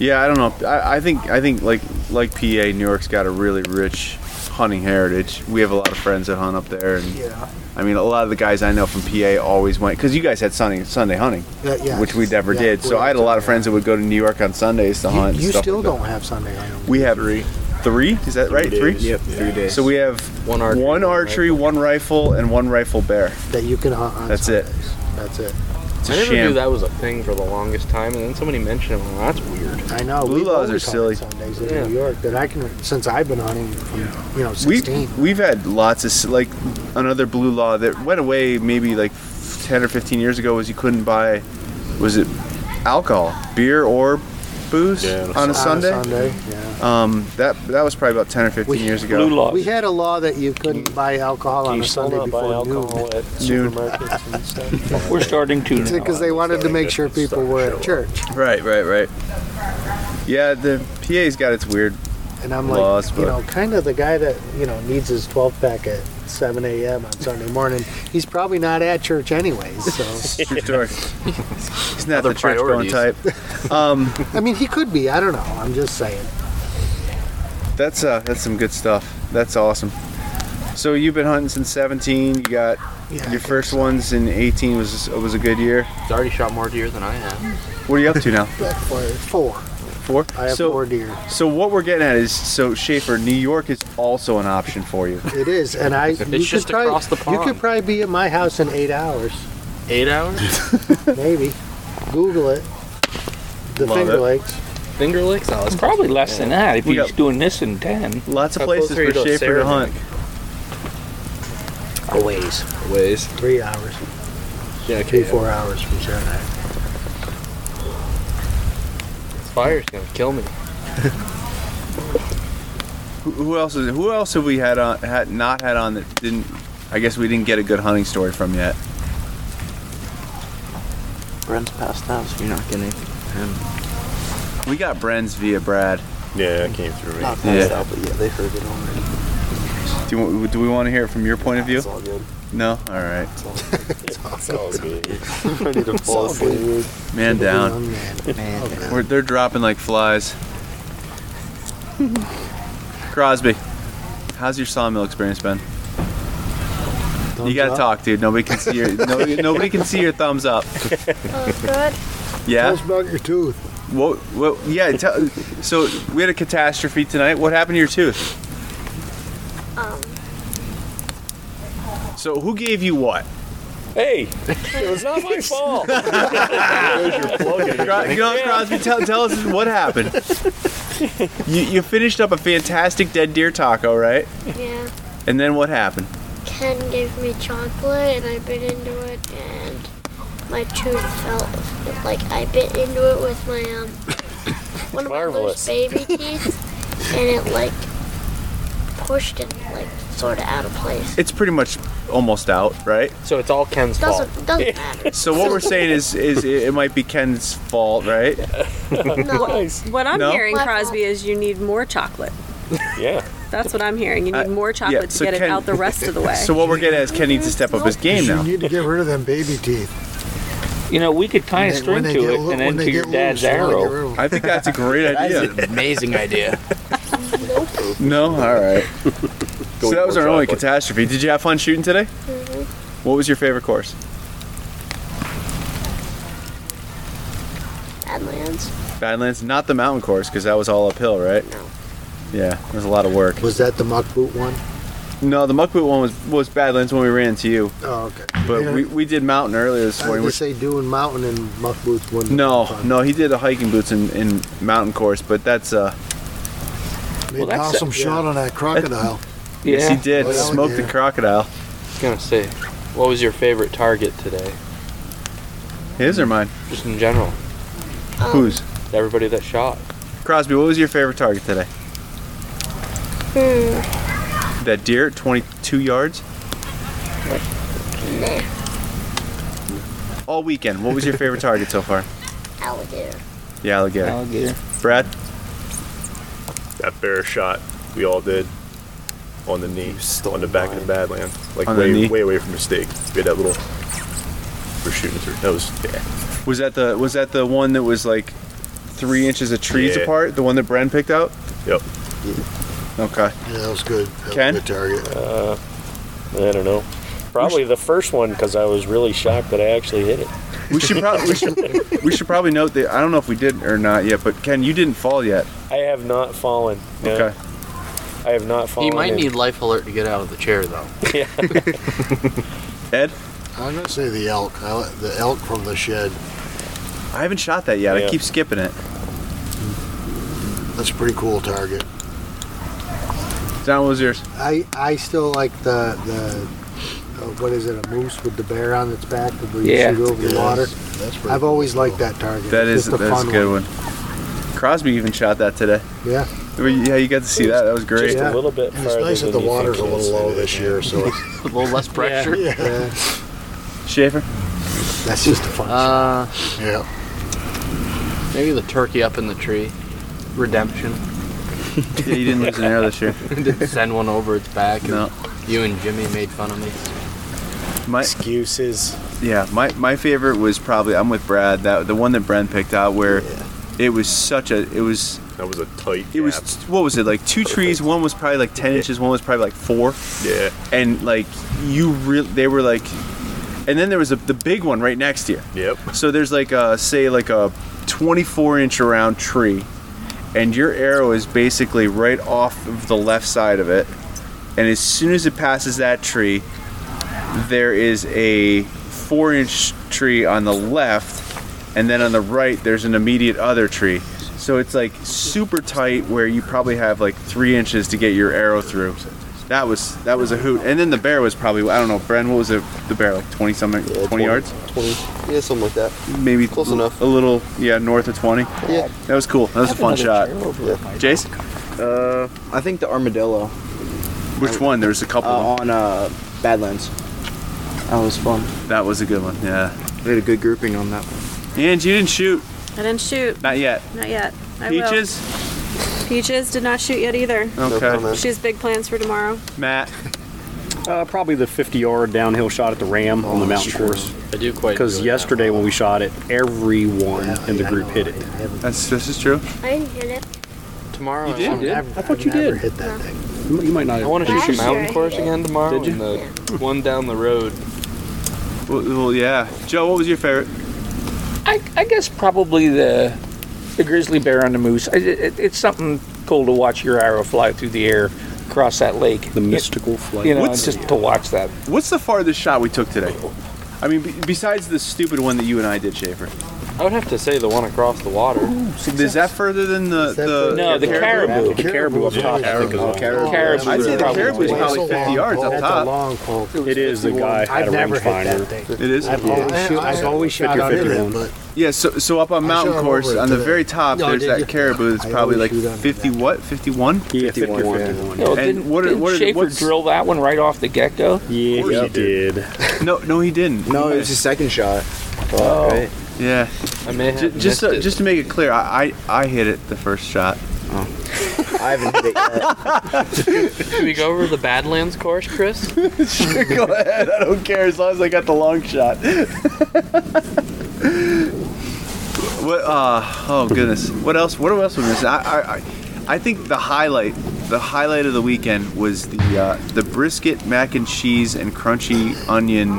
A: Yeah, I don't know. I, I think I think like like PA, New York's got a really rich hunting heritage. We have a lot of friends that hunt up there, and
E: Yeah.
A: I mean, a lot of the guys I know from PA always went because you guys had Sunday Sunday hunting,
E: Yeah, yeah.
A: which we never
E: Yeah,
A: did. So
E: correct.
A: I had a lot of friends that would go to New York on Sundays to
E: You-
A: hunt. and
E: You
A: stuff
E: still
A: like that.
E: don't have Sunday hunting.
A: We have three. Three? Is that right? Three.
E: days. Yep, three Yeah. days.
A: So we have one archery, one, rifle. and one rifle bear.
E: That you can hunt on
A: That's it.
E: That's it.
A: It's a
B: I never
A: sham.
B: knew that was a thing for the longest time, and then somebody mentioned it. Well, that's weird.
E: I know.
A: Blue
E: we've
A: laws
E: always
A: are
E: hunted
A: silly.
E: Sundays in New York that I can since I've been hunting, from, you know,
A: We
E: 16.
A: we've had lots of s- like another blue law that went away maybe like ten or fifteen years ago was you couldn't buy was it alcohol beer or booze
E: Yeah,
A: on a Sunday.
E: Sunday, yeah.
A: Um, that that was probably about ten or fifteen years ago.
E: We had a law that you couldn't buy alcohol on
C: you
E: a
C: still
E: Sunday
C: not buy
E: before noon.
C: alcohol at
A: Noon.
E: [LAUGHS]
C: supermarkets and stuff?
D: We're starting to now.
E: Because they wanted to make sure people were at church.
A: Right, right, right. Yeah, the PA's got its weird.
E: And I'm like,
A: Laws,
E: you
A: but-
E: know, kind of the guy that, you know, needs his 12 pack at 7 a.m. on Sunday morning. He's probably not at church anyways. So,
A: True story. He's not
B: Other
A: the church going
B: priorities.
A: type. Um,
E: I mean, he could be. I don't know. I'm just saying.
A: that's uh, that's some good stuff. That's awesome. So you've been hunting since 17. You got
E: Yeah, I
A: your first ones in 18 was was a good year.
B: It's already shot more deer than I have.
A: What are you up to now?
E: But for [LAUGHS] four,
A: Four.
E: I have
A: so,
E: four deer.
A: So what we're getting at is, so Schaefer, New York is also an option for you.
E: It is. And I, you could
B: just
E: probably,
B: across the
E: You could
B: pond.
E: probably be at my house in eight hours,
B: Eight hours?
E: maybe. Google it. The
A: Love
E: Finger
A: it.
E: Lakes.
B: Finger licks? Oh, it's
D: It's probably less than that if
A: We
D: you're
A: got-
D: doing this in ten.
A: Lots of
B: How close
A: places
B: are you
A: for
B: to
A: Schaefer to
B: Sarah?
A: hunt.
E: A ways.
L: Ways.
E: Three hours.
L: Yeah,
E: Three, four hours from Saturday.
B: fire's gonna kill me.
A: Who, who else is? Who else have we had on? Had not had on that didn't? I guess we didn't get a good hunting story from yet.
I: Brent's passed out, so you're not getting him.
A: We got Bren's via Brad.
C: Yeah, it came through me.
I: Not passed
A: Yeah.
I: out, but yeah, they heard it already.
A: Do you, do we want to hear it from your point of view?
I: It's all good.
A: No. All right.
E: [LAUGHS]
C: It's all good.
I: I'm ready to fall
E: It's all
I: asleep.
E: good.
A: Man down.
I: [LAUGHS] Man,
A: We're, they're dropping like flies. Crosby, how's your sawmill experience been? you gotta
E: up.
A: talk, dude. Nobody can see your
I: [LAUGHS]
A: nobody, nobody can see your thumbs up.
F: Oh, good.
A: Yeah.
E: Tell us about your tooth.
A: What? What? Yeah. Tell, so we had a catastrophe tonight. What happened to your tooth?
F: Um,
A: So who gave you what?
C: Hey, it was not my fault.
A: [LAUGHS] Cro- you know, Crosby, tell, tell us what [LAUGHS] happened. You, you finished up a fantastic dead deer taco, right?
F: yeah.
A: And then what happened?
F: Ken gave me chocolate and I bit into it and my tooth fell. Like I bit into it with my um one of my loose
B: [LAUGHS]
C: Marvelous.
F: baby teeth and it like pushed and like sort of out of place.
A: It's pretty much almost out, right?
B: So it's all Ken's fault.
F: Doesn't doesn't matter.
B: [LAUGHS]
A: So what we're saying is, is it, it might be Ken's fault, right?
F: No.
G: What I'm
A: No?
G: hearing,
F: Left
G: Crosby, is you need more chocolate.
C: Yeah.
G: That's what I'm hearing. You need
A: Uh,
G: more chocolate
A: yeah,
G: to
A: so
G: get it
A: Ken-
G: out the rest
A: [LAUGHS]
G: of the way.
A: So what we're getting at is Ken needs to step up his game
E: You
A: now.
E: need to get rid of them baby teeth.
D: You know, we could tie a
E: When they-
D: string to
E: when they get
D: it
E: lo-
D: and
E: when
D: then
E: they
D: to your
E: get
D: dad's
E: loose, you wanna get
D: arrow.
E: rid of 'em.
A: I think that's a great
E: [LAUGHS]
A: idea.
B: Amazing [LAUGHS] idea.
A: No, all right. [LAUGHS] So that was our only catastrophe. Did you have fun shooting today?
E: Mm-hmm.
A: What was your favorite course?
F: Badlands.
A: Badlands, not the mountain course, because that was all uphill, right?
F: No.
A: Yeah, it was a lot of work.
E: Was that the muck boot one?
A: No, the muck boot one was was Badlands when we ran to you,
E: Oh, okay.
A: but
E: Yeah.
A: we, we did mountain earlier this
E: I would
A: morning.
E: just say doing mountain and muck boots
A: which-
E: wouldn't.
A: no, no, he did a hiking boots in, in mountain course, but that's uh
E: Made an
D: that's-
E: awesome
D: yeah.
E: shot on that crocodile.
A: yes he did
E: Oh, yeah.
A: smoke the crocodile.
B: I was gonna say, what was your favorite target today?
A: His or mine?
B: Just in general,
E: Oh.
F: Um,
A: Whose?
B: everybody that shot.
A: Crosby, what was your favorite target today?
F: Hmm.
A: That deer, at 22 yards.
F: there.
A: All weekend, what was your favorite target so far?
F: Alligator.
A: The alligator.
D: Alligator.
A: Brad?
C: That bear shot we all did on the knee, on the back of the Badlands, like
A: On the
C: way,
A: knee?
C: way away from the stake. We had that little. We're shooting through. That was yeah.
A: Was that the was that the one that was like three inches of trees
C: Yeah.
A: apart? The one that Bren picked out?
C: Yep.
A: Okay.
E: Yeah, that was good. That
A: Ken?
E: Was a good target.
C: Uh, I don't know. Probably the first one because I was really shocked that I actually hit it.
A: We should probably we should, we should probably note that I don't know if we did or not yet, but Ken, you didn't fall yet.
C: I have not fallen. No.
A: Okay.
C: I have not fallen.
B: He might
C: in-
B: need life alert to get out of the chair, though.
C: Yeah.
A: Ed?
E: I'm gonna say the elk. I, li- the elk from the shed.
A: I haven't shot that yet.
E: Yeah.
A: I keep skipping it.
E: That's a pretty cool target.
A: Don, what was yours?
E: I I still like the the uh, what is it? A moose with the bear on its back where you
A: Yeah.
E: shoot over the
A: Yeah,
E: water.
A: that's- that's pretty
E: I've always liked that target.
A: That
E: It's
A: is
E: just a
A: that's a
E: fun
A: good one. Crosby even shot that today.
E: Yeah.
A: Well, Yeah, you got to see that. That was great.
E: Just a Yeah. little
C: bit
E: And it's nice that the water's a little low this year, so it's
B: a little [LAUGHS] less pressure.
E: Yeah.
A: Schaefer?
E: That's just a fun
B: Uh,
E: yeah.
B: Maybe the turkey up in the tree. Redemption.
A: yeah, you didn't lose an arrow this year.
B: Didn't send one over its back. and
A: No.
B: You and Jimmy made fun of me.
A: My,
C: Excuses.
A: Yeah, my, my favorite was probably I'm with Brad. That the one that Bren picked out where it was such a it was
C: that was a tight.
A: It was what was it like two trees? One was probably like ten inches. One was probably like four.
C: Yeah.
A: And like you real they were like, and then there was a, the big one right next to you.
C: Yep.
A: So there's like a say like a 24 inch around tree, and your arrow is basically right off of the left side of it, and as soon as it passes that tree, there is a four inch tree on the left, and then on the right, there's an immediate other tree. So it's like super tight where you probably have like three inches to get your arrow through. That was that was a hoot. And then the bear was probably I don't know, Bren, what was it? The bear like twenty something, twenty yards,
L: 20. Yeah, something like that.
A: maybe close enough. A little, yeah, north of twenty.
L: Yeah.
A: that was cool. That was a fun shot. Jace,
L: Uh, I think the armadillo.
A: Which one? There was a couple.
L: Uh, on uh, Badlands. That was fun.
A: That was a good one. Yeah.
L: We had a good grouping on that one.
A: and you didn't shoot.
G: I didn't shoot.
A: Not yet.
G: Not yet. I
A: Peaches?
G: Will. Peaches did not shoot yet either.
A: No Okay. comment.
G: She has big plans for tomorrow.
A: Matt.
J: Uh, probably the 50 yard downhill shot at the Ram
C: Oh,
J: on the mountain course.
B: I do quite
J: Because
B: enjoy that
J: yesterday when we shot it, everyone in the group hit it.
A: That's this is true.
F: I didn't hit it.
B: Tomorrow.
J: You did?
B: Oh, I,
J: I thought you did.
E: Hit that thing.
J: You might- you might not.
B: I want to shoot the
F: Last year
B: mountain
F: I
B: course
F: did.
B: again tomorrow.
A: Did you?
B: And the one down the road.
A: Well, well, yeah. Joe, what was your favorite?
D: I, I guess probably the the grizzly bear on the moose. I, it, it's something cool to watch your arrow fly through the air across that lake.
J: The mystical flight.
D: You know,
A: What's-
D: just to watch that.
A: What's the farthest shot we took today? I mean, be- besides the stupid one that you and I did, Schaefer.
B: I would have to say the one across the water.
A: Is that further than the Uh, the?
B: No, the caribou. The caribou up top, I think, is
A: Oh,
B: on.
A: caribou.
B: Caribou
A: I'd
B: is
A: say the
B: probably
A: caribou is
B: way
A: probably
B: so
A: 50
B: long.
A: yards up
B: That's a
A: top.
E: long pole.
J: It is the guy
E: I've
J: had a
E: never hit that
J: rangefinder.
E: thing.
A: It is.
E: I've always
A: Yeah.
E: shoot- I've always shot out of it, but
A: Yeah, so so up on
E: I
A: mountain
E: shot him
A: course
E: over it
A: on the
E: today.
A: very top,
E: No,
A: there's
E: did you?
A: that caribou that's
E: I
A: probably like
E: always shoot
A: 50 what? 51?
J: Yeah, 51.
D: No,
A: And
D: Oh, didn't,
A: what are,
D: didn't
A: what are
D: Schaefer
A: what's
D: drill that one right off the get go?
J: Yeah,
A: course he
J: did.
A: No, no, he didn't.
L: No, it was his second shot.
D: Oh.
L: Right.
A: Yeah.
B: I may have
A: J- just
B: missed
A: to,
B: it.
A: just to make it clear, I, I I hit it the first
L: [LAUGHS]
A: shot.
L: I haven't hit it yet.
B: Can we go over the Badlands course,
A: [LAUGHS]
B: Chris?
A: sure, go ahead. I don't care as long as I got the long shot. [LAUGHS] what? Uh, oh goodness. What else? What else was missing? I, I, I, I think the highlight, the highlight of the weekend was the uh, the brisket mac and cheese and crunchy onion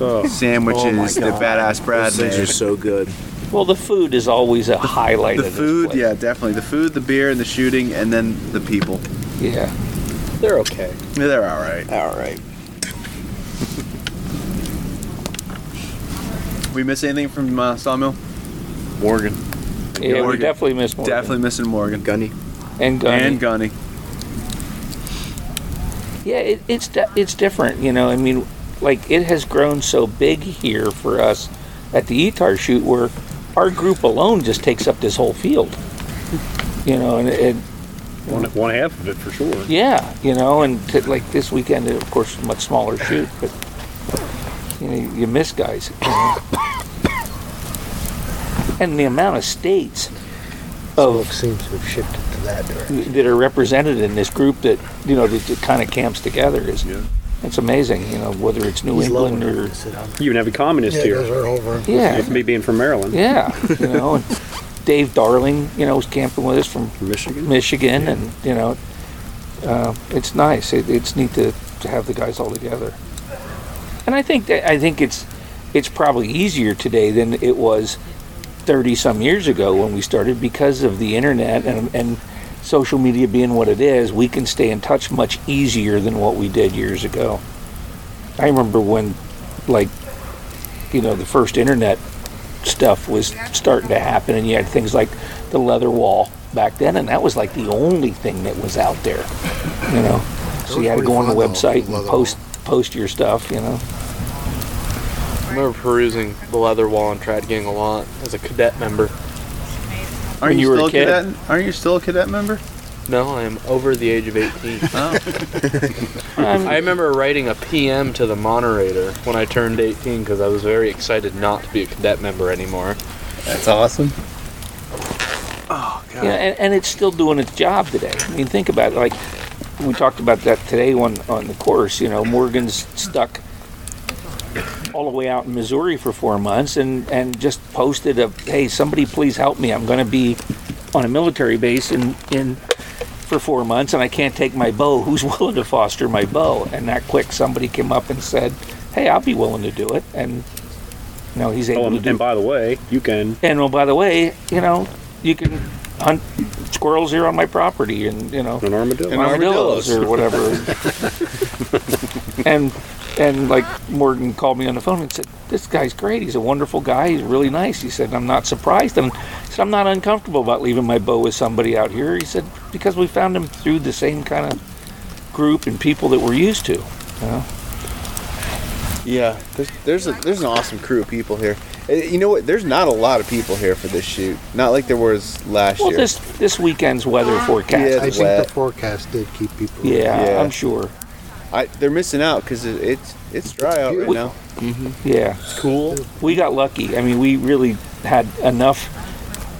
B: Oh,
A: sandwiches
L: Oh my
A: that
L: God.
A: badass Brad
L: Those things are
A: made.
L: so good.
D: Well, the food is always a highlight.
A: The
D: of this
A: food,
D: place.
A: yeah, definitely. The food, the beer, and the shooting, and then the people.
D: yeah.
B: They're okay.
A: Yeah, They're all right.
L: All right.
A: We miss anything from uh, Sawmill?
C: Morgan.
D: Yeah, we definitely missed Morgan.
A: Definitely missing Morgan.
L: Gunny.
D: And Gunny.
A: And Gunny.
D: Yeah, it, it's di- it's different, you know. I mean, like it has grown so big here for us at the E ETAR shoot, where our group alone just takes up this whole field. You know, and it,
J: One, one half of it for sure.
D: yeah, you know, and t- like this weekend, it, of course, a much smaller shoot, but you, know, you miss guys. you know. and the amount of states of
E: seems to have shifted to that direction
D: that are represented in this group that you know that, that kind of camps together is it's amazing. You know whether it's New
E: He's
D: England
E: lower.
D: or
J: You even have a communist
D: Yeah,
J: here.
D: those are over. Yeah.
J: With me being from Maryland.
D: yeah, you know, and Dave Darling, you know, was camping with us from
J: Michigan.
D: Michigan, and you know, uh, it's nice. It, it's neat to, to have the guys all together. And I think that I think it's it's probably easier today than it was 30 some years ago when we started because of the internet and and social media being what it is. We can stay in touch much easier than what we did years ago. I remember when, like, you know, the first internet stuff was starting to happen, and you had things like the leather wall back then, and that was like the only thing that was out there, you know. So you had to go on the website and post post your stuff, you know.
B: I remember perusing the leather wall and tried getting a lot as a cadet member.
A: Aren't you, still cadet? Aren't you still a cadet member?
B: No, I am over the age of 18. [LAUGHS]
A: Um,
B: I remember writing a PM to the moderator when I turned 18 because I was very excited not to be a cadet member
A: [LAUGHS]
B: anymore.
A: That's awesome.
D: Yeah, and, and it's still doing its job today. I mean, think about it. Like we talked about that today on on the course. You know, Morgan's stuck all the way out in Missouri for four months, and and just posted a, hey, somebody please help me. I'm going to be on a military base in in for four months, and I can't take my bow. Who's [LAUGHS] willing to foster my bow? And that quick, somebody came up and said, hey, I'll be willing to do it, and. you know, he's able
J: Oh,
D: to
J: and,
D: do
J: and by the way, you can.
D: and well, by the way, you know, you can hunt squirrels here on my property, and you know,
J: An armadillo. And
D: armadillos,
J: armadillos.
D: or [LAUGHS] whatever. and and like Morgan called me on the phone and said, "This guy's great. He's a wonderful guy. He's really nice." He said, "I'm not surprised." And he said, "I'm not uncomfortable about leaving my bow with somebody out here." He said, "Because we found him through the same kind of group and people that we're used to." You know?
A: Yeah, there's there's, a, there's an awesome crew of people here. Eh, You know what? There's not a lot of people here for this shoot. Not like there was last
D: Well,
A: year.
D: this this weekend's weather forecast.
A: Yeah,
E: i
A: it's
E: think
A: wet.
E: the forecast did keep people
D: Yeah, I'm sure.
A: I, they're missing out because it, it's it's dry out right
D: We-
A: now.
D: Yeah.
J: cool.
D: We got lucky. I mean, we really had enough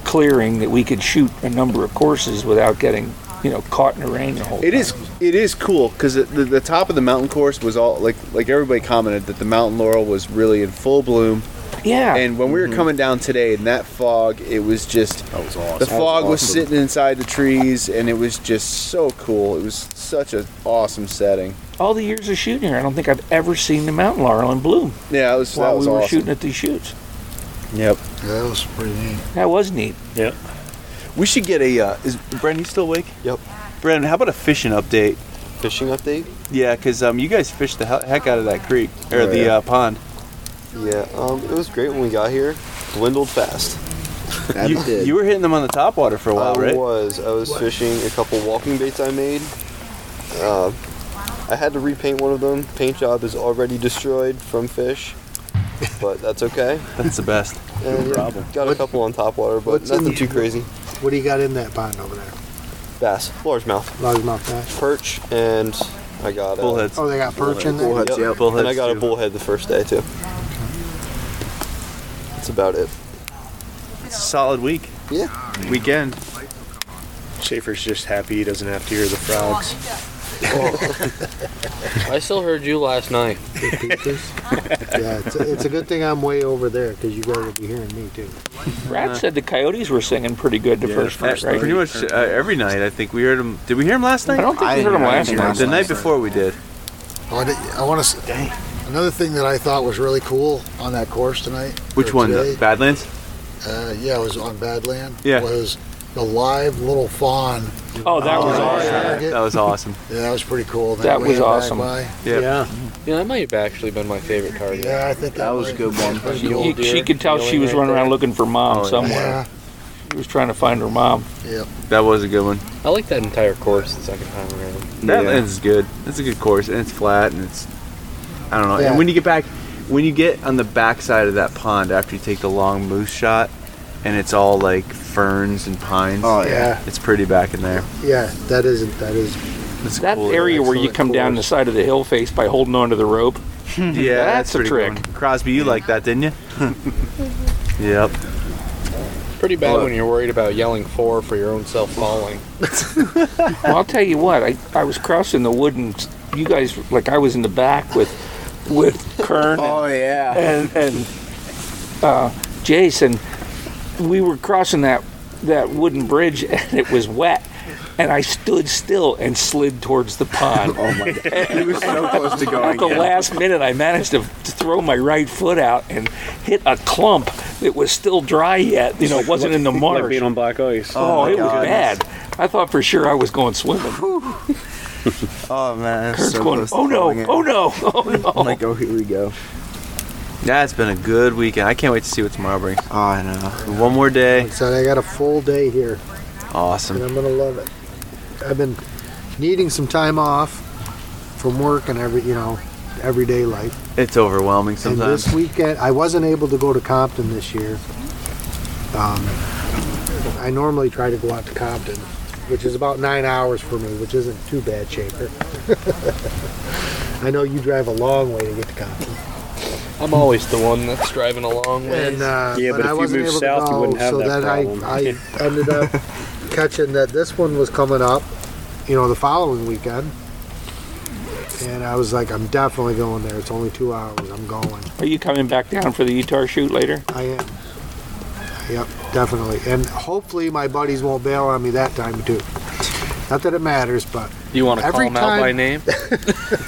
D: clearing that we could shoot a number of courses without getting, you know, caught in the rain the whole
A: It is it is cool because the, the top of the mountain course was all like like everybody commented that the mountain laurel was really in full bloom.
D: Yeah.
A: And when we were
D: Mhm.
A: coming down today in that fog, it was just that was awesome. The
J: That was
A: fog was,
J: awesome.
A: sitting inside the trees, and it was just so cool. It was such an awesome setting.
D: All the years of shooting here, I don't think I've ever seen the mountain laurel in bloom.
A: Yeah, it was
D: while
A: that was
D: we were
A: awesome.
D: shooting at these shoots.
A: Yep.
E: that was pretty
K: [LAUGHS]
E: neat
D: That was neat.
J: Yeah.
A: We should get a. Uh, is Brendan still awake? Yep. Brendan, how about a fishing update?
K: Fishing update?
A: Yeah, because um, you guys fished the he- heck out of that creek or
K: Oh,
A: the
K: yeah.
A: uh, pond.
K: Yeah, um, it was great when we got here. Dwindled fast.
A: That You- it did. you were hitting them on the top water for a while,
K: I
A: right?
K: was. I was fishing a couple walking baits I made. Uh, I had to repaint one of them. Paint job is already destroyed from fish, but that's okay.
A: That's the best.
K: And, yeah, Got a couple on top water, but
E: what's in
K: nothing
E: the-
K: too crazy.
E: what do you got in that pond over there
K: Bass, largemouth,
E: largemouth bass
K: perch, and I got uh,
E: Bullheads. Oh, they got perch in there?
K: Bullheads,
E: Bullheads,
K: yep.
E: yeah. Bullheads,
K: and I got
E: too.
K: a bullhead the first day too. That's about it.
A: It's a solid week.
K: Yeah.
A: Weekend.
C: Schaefer's just happy he doesn't have to hear the frogs.
B: I still heard you last night.
E: yeah it's a, it's a good thing i'm way over there because you guys will be hearing me too
D: Brad said the coyotes were singing pretty good the first night, right?
A: Pretty much uh, every night, I think we heard him. Did we hear him last night?
D: I don't think we I heard him last heard him night.
A: The
D: last
A: night
D: night.
A: before we did.
H: Well, Oh, I, did- I want to. Dang. Another thing that I thought was really cool on that course tonight.
A: Which
H: or
A: one?
H: today,
A: The Badlands.
H: Uh, yeah, it was on Badland.
A: Yeah.
H: Was the live little fawn.
D: Oh, that was
H: awesome.
A: That was awesome.
H: Yeah, that was pretty cool.
B: That was
H: ran back
B: awesome.
H: by.
B: Yeah. Yeah, that might have actually been my favorite target.
H: Yeah, I think that, was a good one.
D: She, she could tell she was running around looking for mom
A: Oh, yeah.
D: somewhere.
H: Yeah.
D: She was trying to find her mom.
H: Yep.
A: That was a good one.
B: I like that entire course the second time around.
A: Badlands is good. It's a good course, and it's flat, and it's. I don't know.
B: Yeah.
A: And when you get back, when you get on the back side of that pond after you take the long moose shot, and it's all like ferns and pines.
E: Oh, yeah.
A: It's pretty back in there.
E: yeah that isn't that is
D: that area where you come down the side of the hill face by holding onto the rope
A: yeah,
L: That's a
A: pretty
L: trick.
A: good one. Crosby, you like that, didn't you? yep.
B: Pretty bad
A: Look.
B: when you're worried about yelling four for your own self falling.
D: well, I'll tell you what. I, I was crossing the wood, and you guys like I was in the back with with Kern. oh yeah. And and uh, Jason, we were crossing that that wooden bridge, [LAUGHS] and it was wet. And I stood still and slid towards the pond. oh my god!
L: He was so close to going
D: At the
L: in.
D: last minute, I managed to, to throw my right foot out and hit a clump that was still dry yet. You know, it wasn't in the marsh.
J: Like being on black ice.
D: Oh, it was bad. I thought for sure I was going
E: [LAUGHS]
D: swimming.
I: Oh man,
D: Kurt's going, "Oh, no, oh, no, oh no. [LAUGHS]
I: I'm like, oh here we go.
A: That's been a good weekend. I can't wait to see what tomorrow brings. Oh, I know. One more day.
E: So I got a full day here, and
A: Awesome.
E: I'm gonna love it. I've been needing some time off from work and every, you know, everyday life.
A: It's overwhelming
E: And
A: sometimes.
E: this weekend, I wasn't able to go to Compton this year. Um, I normally try to go out to Compton, which is about nine hours for me, which isn't too bad, Shaper. [LAUGHS] I know you drive a long way to get to Compton.
B: I'm always the one that's driving along with.
E: And, uh, but I wasn't able to go, so then I, I ended up catching that this one was coming up, you know, the following weekend. And I was like, I'm definitely going there. It's only two hours. I'm going.
D: Are you coming back down for the guitar shoot later?
E: I am. Yep, definitely. And hopefully my buddies won't bail on me that time too. Not that it matters, but
B: you want to call
E: every
B: him out by
E: time-
B: name?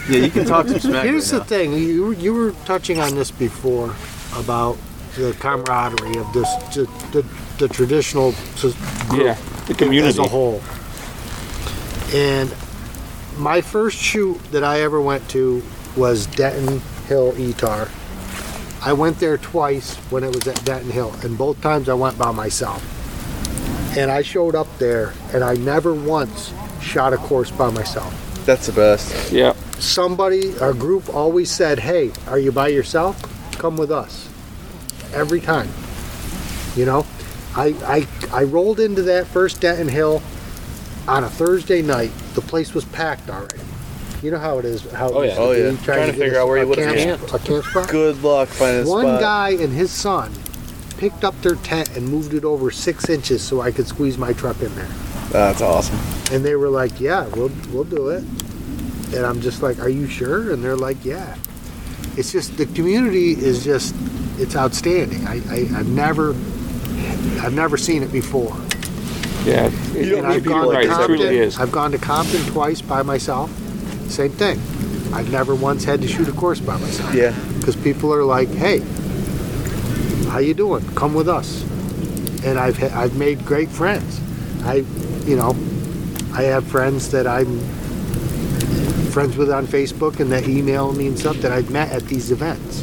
A: yeah, you can talk some smack.
E: Here's
A: right
E: the thing: you you were touching on this before about the camaraderie of this the, the, the traditional s- group
D: Yeah, the community.
E: as a whole. And my first shoot that I ever went to was Denton Hill Etar. I went there twice when it was at Denton Hill, and both times I went by myself. And I showed up there, and I never once shot a course by myself
A: now. That's the best.
D: Yeah.
E: somebody, our group always said, hey, are you by yourself? Come with us. Every time. You know, I, I, I rolled into that first Denton Hill on a Thursday night. The place was packed already. You know how it is. How it
K: Oh, yeah.
E: used to
K: Oh,
E: be,
K: yeah.
E: Trying,
K: Trying to
E: get
K: figure
E: a-
K: out where you
E: a
K: would've
E: camp,
K: camped.
E: a camp spot.
A: Good luck finding a
E: One
A: spot.
E: guy and his son picked up their tent and moved it over six inches so I could squeeze my truck in there.
A: Ah, That's awesome.
E: And they were like, "Yeah, we'll we'll do it." And I'm just like, "Are you sure?" And they're like, "Yeah." It's just the community is just it's outstanding. I, I I've never I've never seen it before.
D: Yeah.
E: And I've gone to
D: right. It
E: Compton-
D: truly is.
E: I've gone to Compton twice by myself. Same thing. I've never once had to shoot a course by myself.
A: Yeah.
E: Because people are like, "Hey, how you doing? Come with us." And I've ha- I've made great friends. I, you know, I have friends that I'm friends with on Facebook and that email me and stuff that I've met at these events.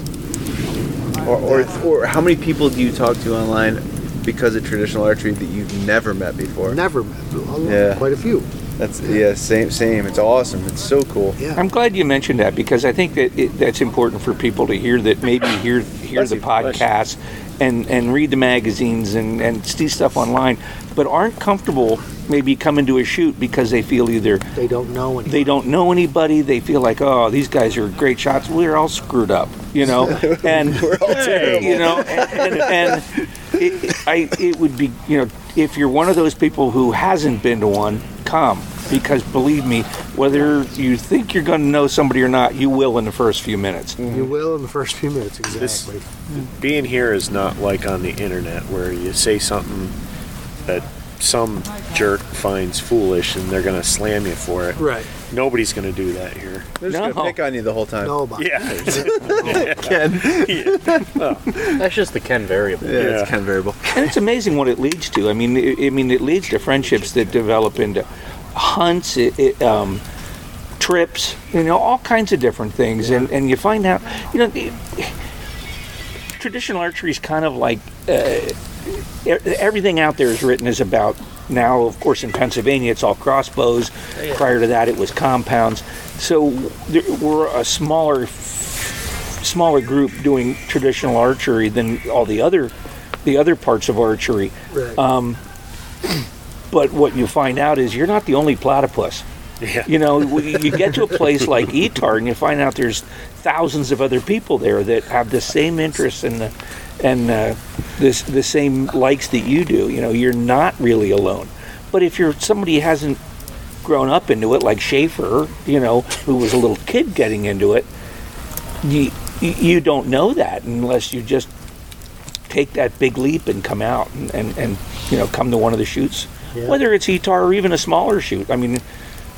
A: Or, or, or how many people do you talk to online because of traditional archery that you've never met before?
E: Never met. a lot-
A: Yeah.
E: Quite a few.
A: That's yeah, same same. It's awesome. It's so cool.
D: I'm glad you mentioned that because I think that it, that's important for people to hear that maybe hear hear the podcast and and read the magazines and and see stuff online, but aren't comfortable maybe coming to a shoot because they feel either
E: They don't know anything.
D: they don't know anybody. They feel like, oh, these guys are great shots. We're all screwed up, you know. And [LAUGHS] we're all
A: terrible.
D: you know. And, and, and it, I, it would be, you know, if you're one of those people who hasn't been to one, come because believe me, whether you think you're going to know somebody or not, you will in the first few minutes.
E: You will in the first few minutes, exactly.
C: being here is not like on the internet where you say something that some jerk finds foolish and they're gonna slam you for it.
E: Right.
C: Nobody's gonna do that here.
A: They're just gonna pick on you the whole time.
E: Nobody.
J: [LAUGHS]
C: [LAUGHS]
A: Yeah. Ken.
B: That's just the Ken variable.
A: Yeah, it's Ken variable.
D: and it's amazing what it leads to. I mean, it, I mean, it leads to friendships that develop into hunts, it, it, um, trips, you know, all kinds of different things, and and you find out, you know, the, traditional archery is kind of like uh, e- everything out there is written is about now. Of course, in Pennsylvania, it's all crossbows. Prior to that, it was compounds. So there, we're a smaller smaller group doing traditional archery than all the other the other parts of archery.
E: Right.
D: Um, but what you find out is you're not the only platypus. You know, w- you get to a place like Etar and you find out there's thousands of other people there that have the same interests and the, and uh, this the same likes that you do. You know, you're not really alone. But if you're somebody who hasn't grown up into it, like Schaefer, you know, who was a little kid getting into it, you you don't know that unless you just take that big leap and come out and, and, and you know come to one of the shoots,
N: Yeah.
D: whether it's ETAR or even a smaller shoot. I mean,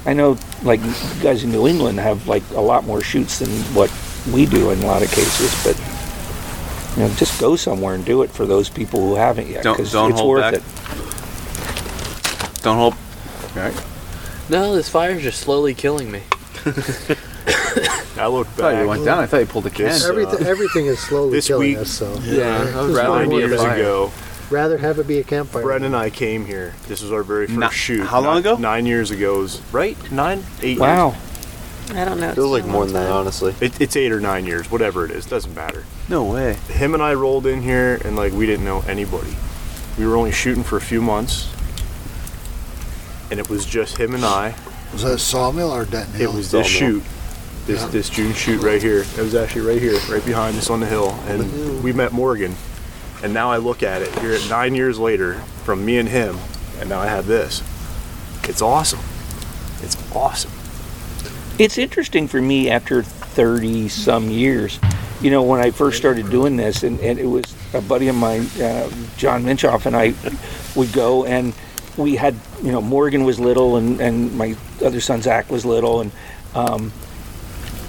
D: I know like guys in New England have like a lot more shoots than what we do in a lot of cases, but you know just go somewhere and do it for those people who haven't yet.
A: Don't
D: 'cause
A: don't
D: it's
A: hold
D: worth
A: back.
D: it.
A: Don't hold. All right.
B: No, this fire's just slowly killing me.
C: I looked
A: I thought you went down. I thought you pulled the can.
C: uh,
E: Everything, everything is slowly
A: this
E: killing
A: week-
E: us. So
A: Yeah,
E: This
A: I was
E: is
A: rather
E: one
A: be
E: more
A: a
E: thing.
A: fire.
E: Go. Rather have it be a campfire.
O: Brett and I came here. This was our very first
A: Ni-
O: shoot.
A: how long
O: ago? Nine years ago. Is right? Nine, eight.
D: Wow.
G: I don't know.
O: Years.
G: It's been a long time.
O: honestly. It, it's eight or nine years, whatever it is. Doesn't matter.
A: No way.
O: Him and I rolled in here, and like we didn't know anybody. We were only shooting for a few months, and it was just him and I.
H: Was that sawmill or detonator?
O: It was this shoot, this
H: Yeah.
O: this June shoot right here. It was actually right here, right behind us on the hill, and we met Morgan. And now I look at it here at nine years later from me and him, and now I have this. It's awesome. It's awesome.
D: It's interesting for me after 30 some years. You know, when I first started doing this, and, and it was a buddy of mine, uh, John Minchoff, and I would go, and we had, you know, Morgan was little, and, and my other son Zach was little, and um,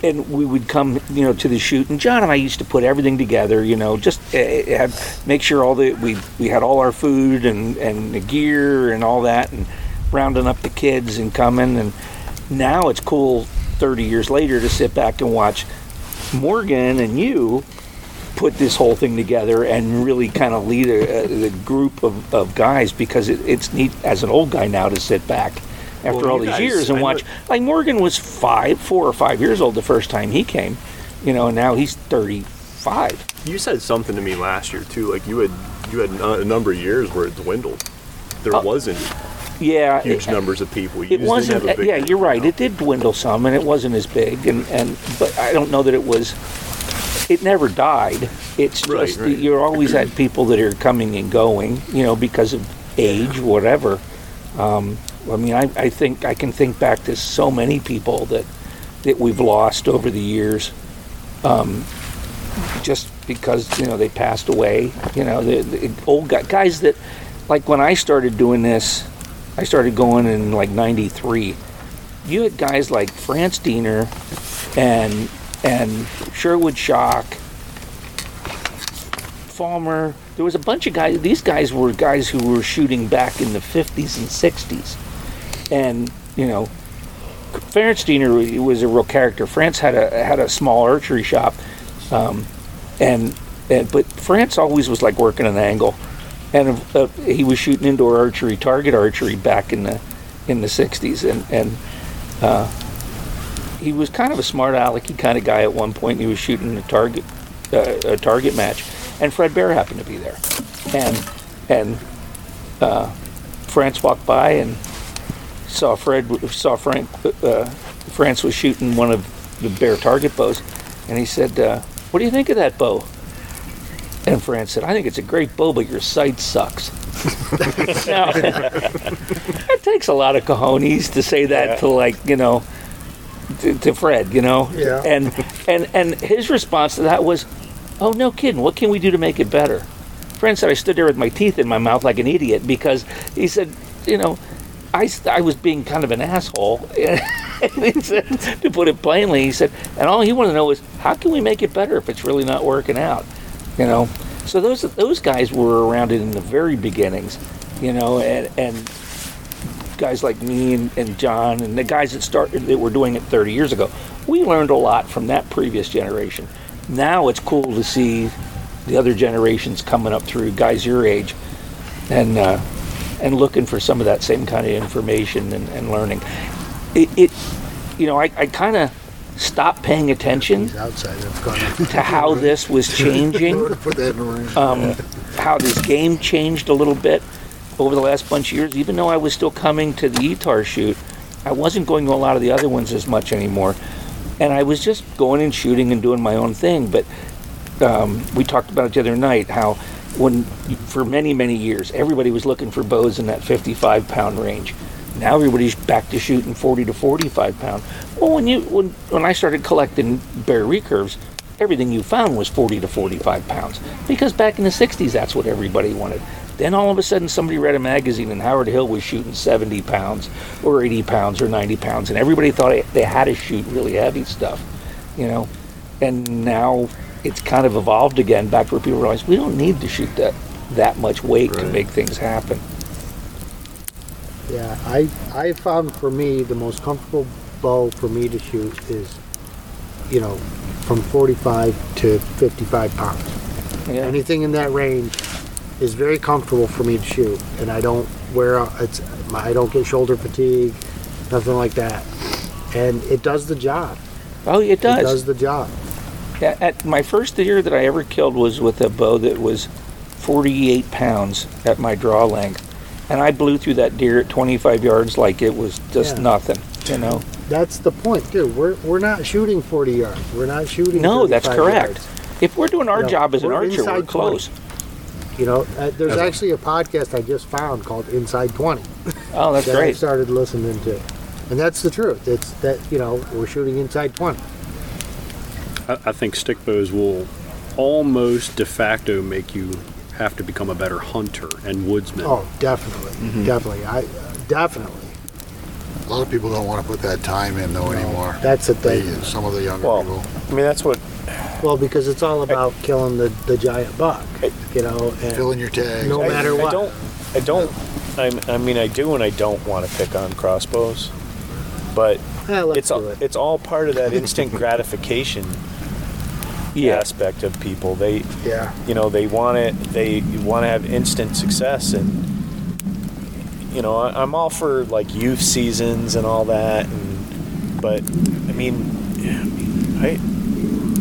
D: and we would come, you know, to the shoot. And John and I used to put everything together, you know, just uh, have, make sure all the we we had all our food and and the gear and all that, and rounding up the kids and coming. And now it's cool, 30 years later, to sit back and watch Morgan and you put this whole thing together and really kind of lead a, a, the group of, of guys because it, it's neat as an old guy now to sit back after
B: Well,
D: all
B: you
D: these
B: guys-
D: years and
B: I know-
D: watch like Morgan was five, four or five years old the first time he came, you know, and now he's 35.
O: You said something to me last year too. Like you had you had a a number of years where it dwindled. There wasn't
D: Yeah,
O: huge
D: Uh, it-
O: numbers of people. You
D: It
O: just didn't
D: wasn't.
O: have a big
D: yeah, you're right. It did dwindle some, and it wasn't as big. And, and but I don't know that it was. It never died. It's
O: Right,
D: just
O: right.
D: that you're always had people that are coming and going, you know, because of age, whatever. Um, I mean, I, I think I can think back to so many people that that we've lost over the years, um, just because you know they passed away. You know, the, the old guy, guys that like when I started doing this, I started going in like '93. You had guys like France Diener and and Sherwood Shock, Falmer. There was a bunch of guys. These guys were guys who were shooting back in the 50s and 60s, and you know, Ferensteiner was a real character. France had a had a small archery shop, um, and, and but France always was like working an angle, and uh, he was shooting indoor archery, target archery back in the in the 60s, and and. Uh, he was kind of a smart alecky kind of guy at one point. He was shooting a target, uh, a target match, and Fred Bear happened to be there, and and uh, France walked by and saw Fred saw Frank uh, France was shooting one of the Bear target bows, and he said, uh, "What do you think of that bow?" And France said, "I think it's a great bow, but your sight sucks." now, it takes a lot of cojones to say that to like you know to, to Fred, you know.
E: Yeah.
D: And and and his response to that was, "Oh no, kidding! What can we do to make it better?" Fred said, "I stood there with my teeth in my mouth like an idiot because he said, you know, I s- I was being kind of an asshole." [LAUGHS] he said, to put it plainly, he said, and all he wanted to know was, "How can we make it better if it's really not working out?" You know. So those those guys were around it in the very beginnings, you know, and and guys like me and, and John and the guys that started that were doing it 30 years ago, we learned a lot from that previous generation. Now it's cool to see the other generations coming up through guys your age and uh, and looking for some of that same kind of information and, and learning. It, it you know I, I kind of stopped paying attention
H: outside. That's
E: [LAUGHS]
D: to how this was changing,
H: Put that in the room.
D: um, how this game changed E a little bit over the last bunch of years. Even though I was still coming to the ETAR shoot, I wasn't going to a lot of the other ones as much anymore, and I was just going and shooting and doing my own thing. But um, we talked about it the other night how when for many many years everybody was looking for bows in that 55 pound range. Now everybody's back to shooting 40 to 45 pound. Well, when you when when I started collecting bear recurves, everything you found was 40 to 45 pounds because back in the 60s that's what everybody wanted then all of a sudden somebody read a magazine and howard hill was shooting 70 pounds or 80 pounds or 90 pounds and everybody thought it- they had to shoot really heavy stuff you know and now it's kind of evolved again back where people realize we don't need to shoot that that much weight to make things happen
E: Yeah, I I found for me the most comfortable bow for me to shoot is, you know, from 45 to 55 pounds.
D: Yeah.
E: Anything in that range is very comfortable for me to shoot, and I don't wear out- it's I don't get shoulder fatigue, nothing like that, and it does the job.
D: Oh, it does.
E: It does the job.
D: Yeah, at my first deer that I ever killed was with a bow that was 48 pounds at my draw length, and I blew through that deer at 25 yards like it was just
E: Yeah.
D: nothing. You know?
E: That's the point, dude. We're we're not shooting 40 yards. We're not shooting.
D: No, that's
E: 35
D: correct.
E: yards.
D: If we're doing our
E: No,
D: job as an
E: we're
D: archer,
E: inside
D: we're
E: 20.
D: close.
E: You know, uh, there's
D: Okay.
E: actually a podcast I just found called Inside 20.
D: Oh, that's
E: that I
D: great.
E: started listening to, and that's the truth. It's that you know we're shooting inside 20.
J: I, I think stick bows will almost de facto make you have to become a better hunter and woodsman.
E: Oh, definitely,
J: Mhm.
E: definitely. I definitely.
H: Mm-hmm. A lot of people don't want to put that time in though anymore.
E: That's the thing.
H: They- Some of the younger people.
E: I mean, that's what. Well, because it's all about killing the, the giant buck, you know. And
H: Filling your tags.
E: No
C: I-
E: matter what.
C: I don't. I don't. I'm, I mean, I do, and I don't want to pick on crossbows, but
E: eh,
C: it's all, it's all part of that instant gratification aspect of people. They,
E: Yeah.
C: you know, they want it. They want to have instant success, and you know, I, I'm all for like youth seasons and all that, and but I mean, I.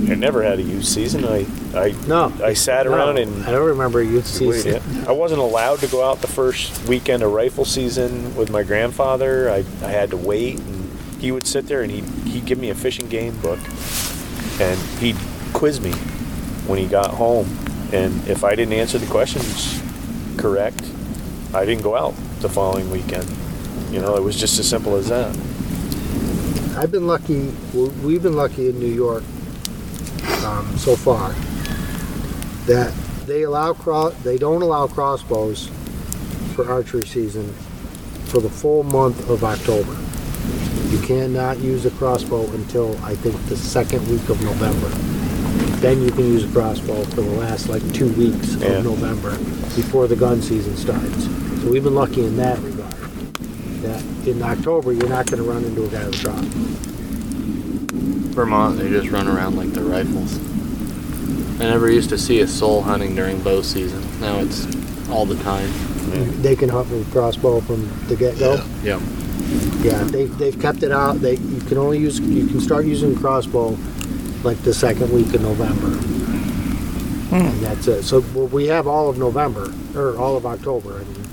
C: I never had a youth season. I, I
E: no.
C: I sat around
E: No,
C: and
E: I don't remember youth season.
C: yeah. I wasn't allowed to go out the first weekend of rifle season with my grandfather. I, I had to wait, and he would sit there and he he'd give me a fishing game book, and he'd quiz me when he got home, and if I didn't answer the questions correct, I didn't go out the following weekend. You know, it was just as simple as that.
E: I've been lucky. well, We've been lucky in New York um, so far that they allow cross. They don't allow crossbows for archery season for the full month of October. You cannot use a crossbow until I think the second week of November. Then you can use a crossbow for the last like two weeks
C: Yeah.
E: of November before the gun season starts. So we've been lucky in that regard. That in October you're not going to run into a guy with a crossbow.
B: Vermont, they just run around like they're rifles. I never used to see a soul hunting during bow season. Now it's all the time.
E: they can hunt with crossbow from the get-go. Yeah,
B: Yeah.
E: they've, they've kept it out. They you can only use you can start using crossbow like the second week of November, and that's it. So well, we have all of November or all of October, I mean,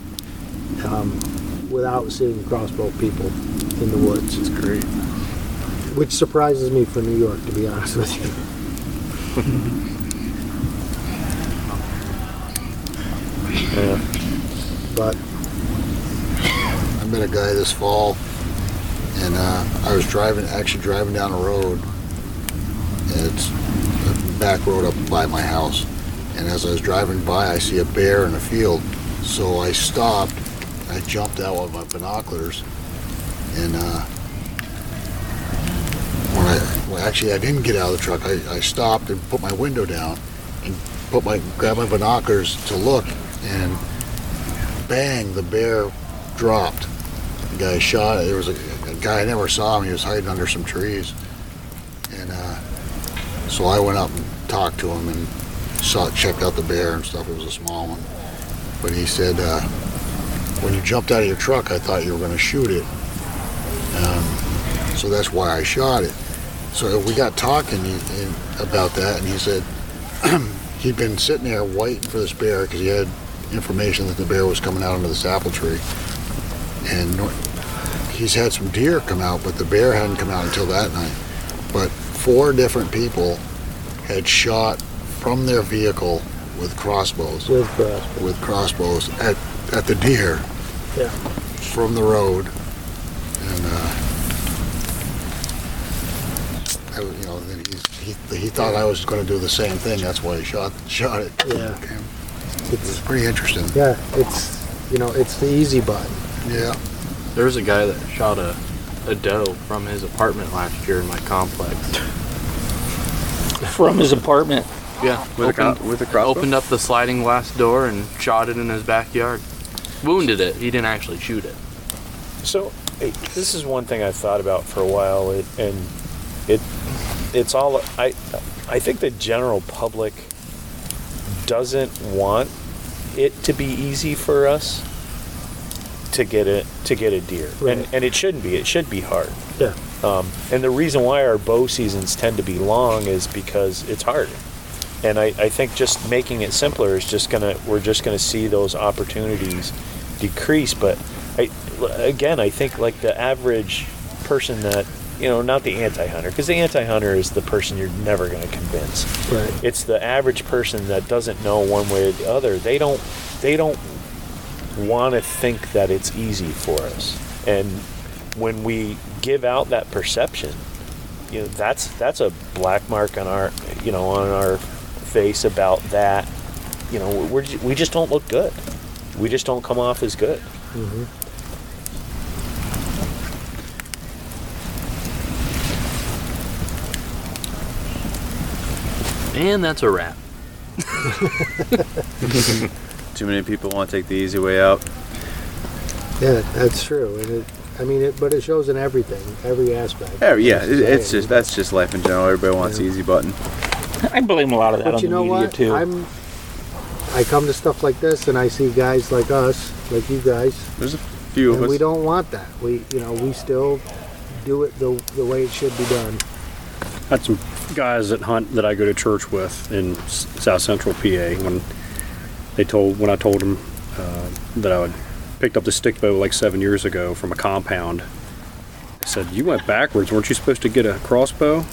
E: um, without seeing crossbow people in the woods. It's great, which surprises me for New York, to be honest with you. But
H: I met a guy this fall, and uh, I was driving, actually driving down a road. And it's a back road up by my house. And as I was driving by, I see a bear in a field. So I stopped. I jumped out with my binoculars, and uh, when I well, actually I didn't get out of the truck. I, I stopped and put my window down, and put my grabbed my binoculars to look, and bang, the bear dropped. The guy shot it. There was a, a guy I never saw him. He was hiding under some trees, and uh, so I went up and talked to him and saw checked out the bear and stuff. It was a small one, but he said, uh, "When you jumped out of your truck, I thought you were going to shoot it, um, so that's why I shot it." So we got talking he- and- about that, and he said [CLEARS THROAT] he'd been sitting there waiting for this bear because he had information that the bear was coming out under this apple tree, and nor- he's had some deer come out, but the bear hadn't come out until that night. But four different people had shot from their vehicle with crossbows. With crossbows. With crossbows at, at the deer
E: Yeah.
H: from the road, and uh, I, was- you know, then he's, he he thought I was going to do the same thing. That's why he shot shot it.
E: Yeah.
H: It's pretty interesting.
E: Yeah, it's you know, it's the easy button.
H: Yeah.
B: There was a guy that shot a, a doe from his apartment last year in my complex.
D: From his apartment.
B: Yeah,
D: With a cro- with a crossbow?
B: Opened up the sliding glass door and shot it in his backyard. Wounded it. He didn't actually shoot it.
C: So eh, this is one thing I've thought about for a while, it, and it it's all I I think the general public doesn't want it to be easy for us to get it to get a deer,
E: Right.
C: and and it shouldn't be. It should be hard.
E: Yeah.
C: Um, and the reason why our bow seasons tend to be long is because it's hard. And I, I think just making it simpler is just gonna we're just gonna see those opportunities decrease. But I, again, I think like the average person that you know, not the anti-hunter, because the anti-hunter is the person you're never gonna convince.
E: Right.
C: It's the average person that doesn't know one way or the other. They don't they don't want to think that it's easy for us. And when we give out that perception, you know, that's that's a black mark on our, you know, on our face about that. You know, we're ju- we just don't look good. We just don't come off as good.
E: Mhm.
B: And that's a wrap.
A: Too many people want to take the easy way out.
E: Yeah, that's true. And it I mean it but it shows in everything, every aspect.
A: Yeah, yeah, it, it's
E: Society.
A: just that's just life in general. Everybody wants the easy button.
D: I blame a lot of that
E: But
D: on
E: you
D: the
E: know
D: media
E: what?
D: too.
E: I'm I come to stuff like this and I see guys like us, like you guys.
A: There's a few of
E: and
A: us.
E: we don't want that. We you know, we still do it the the way it should be done.
J: had some guys that hunt that I go to church with in s- South Central PA when they told when I told them uh, that I would picked up the stick bow like seven years ago from a compound. They said you went backwards. weren't you supposed to get a crossbow?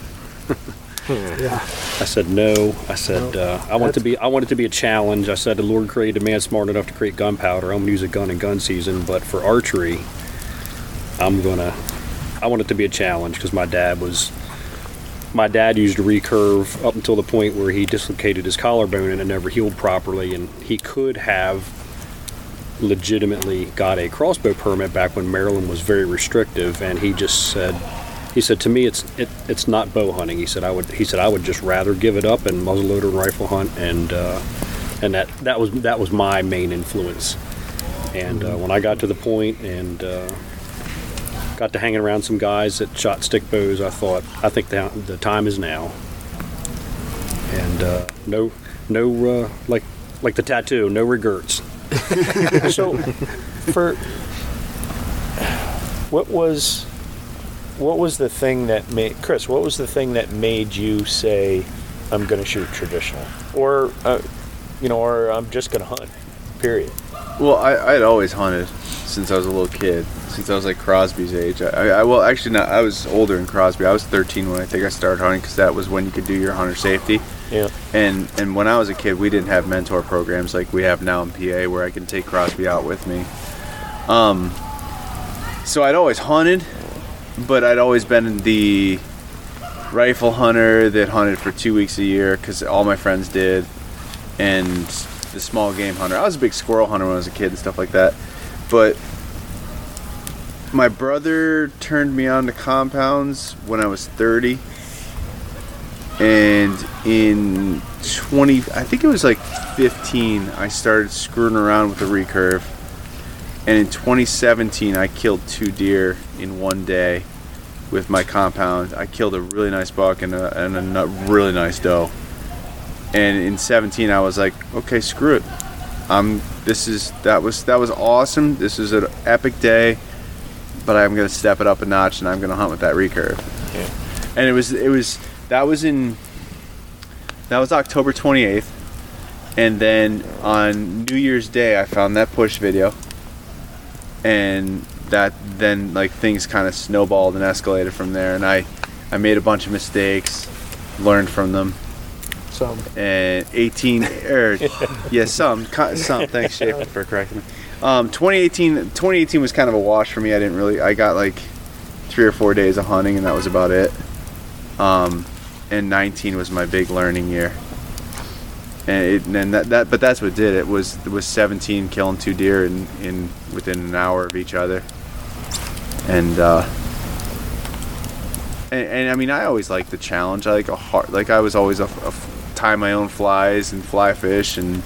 E: Yeah.
J: I said no. I said uh, I want to be. I want it to be a challenge. I said the Lord created man smart enough to create gunpowder. I'm gonna use a gun in gun season, but for archery, I'm gonna. I want it to be a challenge because my dad was. My dad used a recurve up until the point where he dislocated his collarbone and it never healed properly, and he could have legitimately got a crossbow permit back when Maryland was very restrictive, and he just said, he said to me, it's it, it's not bow hunting. He said I would he said I would just rather give it up and muzzleloader and rifle hunt, and uh, and that that was that was my main influence. And uh, when I got to the point and uh, got to hanging around some guys that shot stick bows, I thought I think the, the time is now. And uh, no no uh, like like the tattoo, no regrets.
C: so for what was what was the thing that made Chris? What was the thing that made you say, "I'm going to shoot traditional," or uh, you know, or I'm just going to hunt? Period.
A: Well, I I had always hunted since I was a little kid. Since I was like Crosby's age. I, I well actually not. I was older than Crosby. I was 13 when I think I started hunting because that was when you could do your hunter safety.
C: Yeah.
A: And and when I was a kid, we didn't have mentor programs like we have now in PA, where I can take Crosby out with me. Um, so I'd always hunted, but I'd always been the rifle hunter that hunted for two weeks a year because all my friends did, and the small game hunter. I was a big squirrel hunter when I was a kid and stuff like that, but my brother turned me on to compounds when I was 30. And in 20, I think it was like 15, I started screwing around with the recurve. And in 2017, I killed two deer in one day with my compound. I killed a really nice buck and a, and a nu- really nice doe. And in 17, I was like, okay, screw it. Um, this is that was that was awesome. This is an epic day but I'm gonna step it up a notch and I'm gonna hunt with that recurve.
C: Yeah.
A: And it was it was that was in that was October 28th, and then on New Year's Day I found that push video, and that then like things kind of snowballed and escalated from there. And I, I made a bunch of mistakes, learned from them.
E: Some.
A: And 18, or yeah, some, ki- some. Thanks, Schaefer, [LAUGHS] for correcting me. Um, 2018, 2018 was kind of a wash for me. I didn't really. I got like three or four days of hunting, and that was about it. Um, and 19 was my big learning year. And, it, and that, that, but that's what did it was it was 17 killing two deer in, in within an hour of each other. And uh, and, and I mean, I always like the challenge. I like a hard, like I was always a, a f- tie my own flies and fly fish, and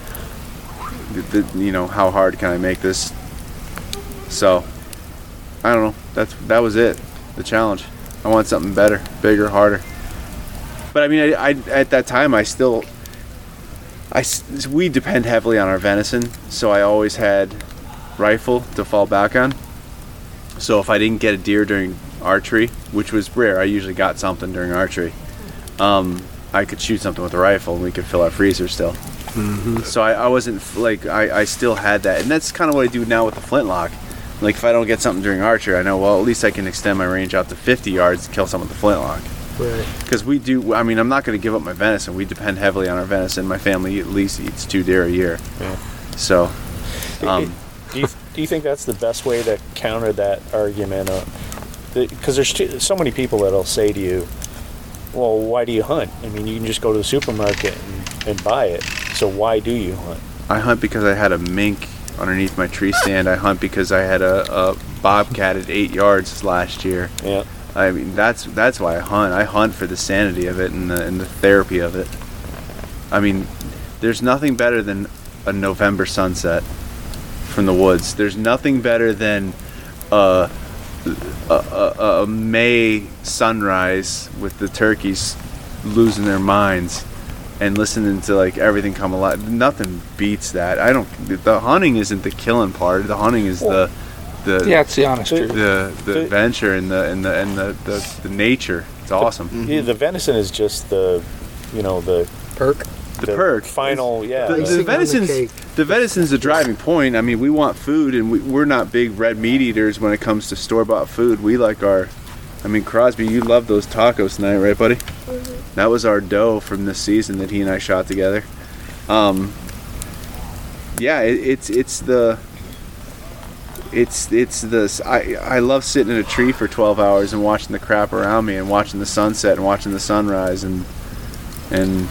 A: the, the, you know how hard can I make this? So I don't know. That's that was it. The challenge. I want something better, bigger, harder. But I mean, I, I at that time I still I s- we depend heavily on our venison, so I always had rifle to fall back on. So if I didn't get a deer during archery, which was rare, I usually got something during archery. Um, I could shoot something with a rifle, and we could fill our freezer still. So I, I wasn't f- like I, I still had that, and that's kind of what I do now with the flintlock. Like if I don't get something during archery, I know well at least I can extend my range out to 50 yards to kill someone with a flintlock.
E: Right.
A: Because we do, I mean, I'm not going to give up my venison. We depend heavily on our venison. My family at least eats two deer a year.
C: Yeah.
A: So, um,
C: do you, do you think that's the best way to counter that argument? Because there's too, so many people that'll say to you, "Well, why do you hunt? I mean, you can just go to the supermarket and, and buy it. So why do you hunt?"
A: I hunt because I had a mink underneath my tree stand. I hunt because I had a, a bobcat at eight yards last year.
C: Yeah.
A: I mean, that's that's why I hunt. I hunt for the sanity of it and the and the therapy of it. I mean, there's nothing better than a November sunset from the woods. There's nothing better than a a, a, a May sunrise with the turkeys losing their minds and listening to like everything come alive. Nothing beats that. I don't. The hunting isn't the killing part. The hunting is the the
D: Yeah, it's the honest
A: the,
D: truth.
A: The the
C: The-
A: adventure and the and the and the, the, the nature. It's awesome.
C: Yeah, the venison is just the, you know, the
E: perk.
C: The, perk. Final, yeah.
A: The, the venison's the, venison's the driving point. I mean, we want food, and we, we're not big red meat eaters when it comes to store bought food. We like our, I mean, Crosby, you love those tacos tonight, right, buddy? That was our dough from this season that he and I shot together. Um, yeah, it, it's it's the it's it's this I I love sitting in a tree for 12 hours and watching the crap around me and watching the sunset and watching the sunrise and and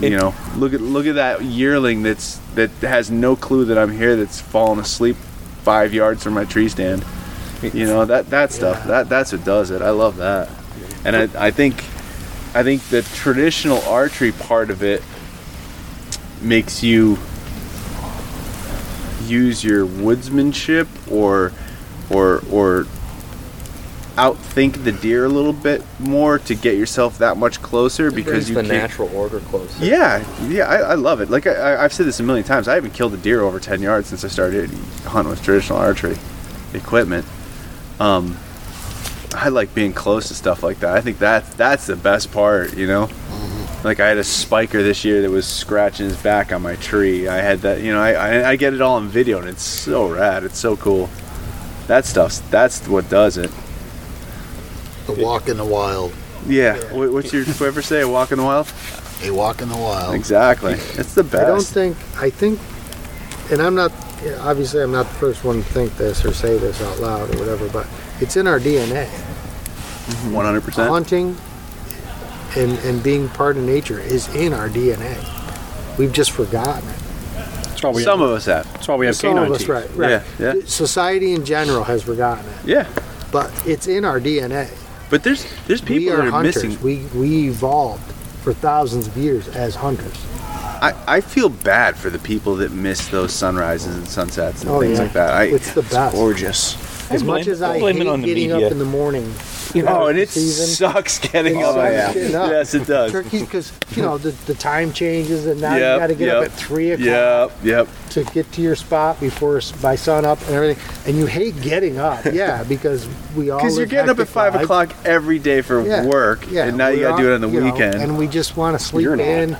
A: you know look at look at that yearling that's that has no clue that I'm here that's fallen asleep 5 yards from my tree stand. You know that that stuff that that's what does it. I love that. And I I think I think the traditional archery part of it makes you use your woodsmanship or or or outthink the deer a little bit more to get yourself that much closer because
B: brings
A: you
B: the
A: can't-
B: natural order close.
A: yeah, yeah, I, I love it. Like I, I- I've said this a million times, I haven't killed a deer over ten yards since I started hunting with traditional archery equipment. Um, I like being close to stuff like that. I think that that's the best part, you know. Like I had a spiker this year that was scratching his back on my tree. I had that, you know. I, I, I get it all on video, and it's so rad. It's so cool. That stuff's that's what does it.
H: The walk in the wild.
A: Yeah. What, what's your whoever say? A walk in the wild.
H: A walk in the wild.
A: Exactly. It's the best.
E: Oh. I don't think. I think, and I'm not. Obviously, I'm not the first one to think this or say this out loud or whatever. But it's in our DNA.
A: One hundred percent.
E: Hunting and and being part of nature is in our DNA. We've just forgotten it.
A: That's why we Some of us have. That's
J: why we have
E: Some
J: canine
E: of us,
J: teeth.
E: right? Right.
A: Yeah. Yeah.
E: Society in general has forgotten it,
A: Yeah.
E: but it's in our DNA.
A: But there's there's people
E: we are
A: that are
E: hunters.
A: missing.
E: We we evolved for thousands of years as hunters.
A: I, I feel bad for the people that miss those sunrises and sunsets and
E: Oh,
A: things
E: yeah.
A: like that. I,
E: It's the best.
A: gorgeous.
E: As much as I hate getting up in the morning, you know,
A: oh, and it
E: season,
A: sucks getting
E: it
A: up.
E: sucks getting up.
A: Yes, it does.
E: turkeys because you know the, the time changes and now
A: Yep,
E: you got to get up
A: yep,
E: at three o'clock
A: Yep, yep.
E: to get to your spot before s- by sun up and everything. And you hate getting
A: [LAUGHS]
E: up, yeah, because we all
A: Because you're
E: live
A: getting up at
E: hectic
A: five
E: lives.
A: o'clock every day for
E: Yeah,
A: work,
E: yeah,
A: and now you
E: we're
A: got to do it on the
E: you know,
A: weekend.
E: and we just want to sleep
A: You're not.
E: in.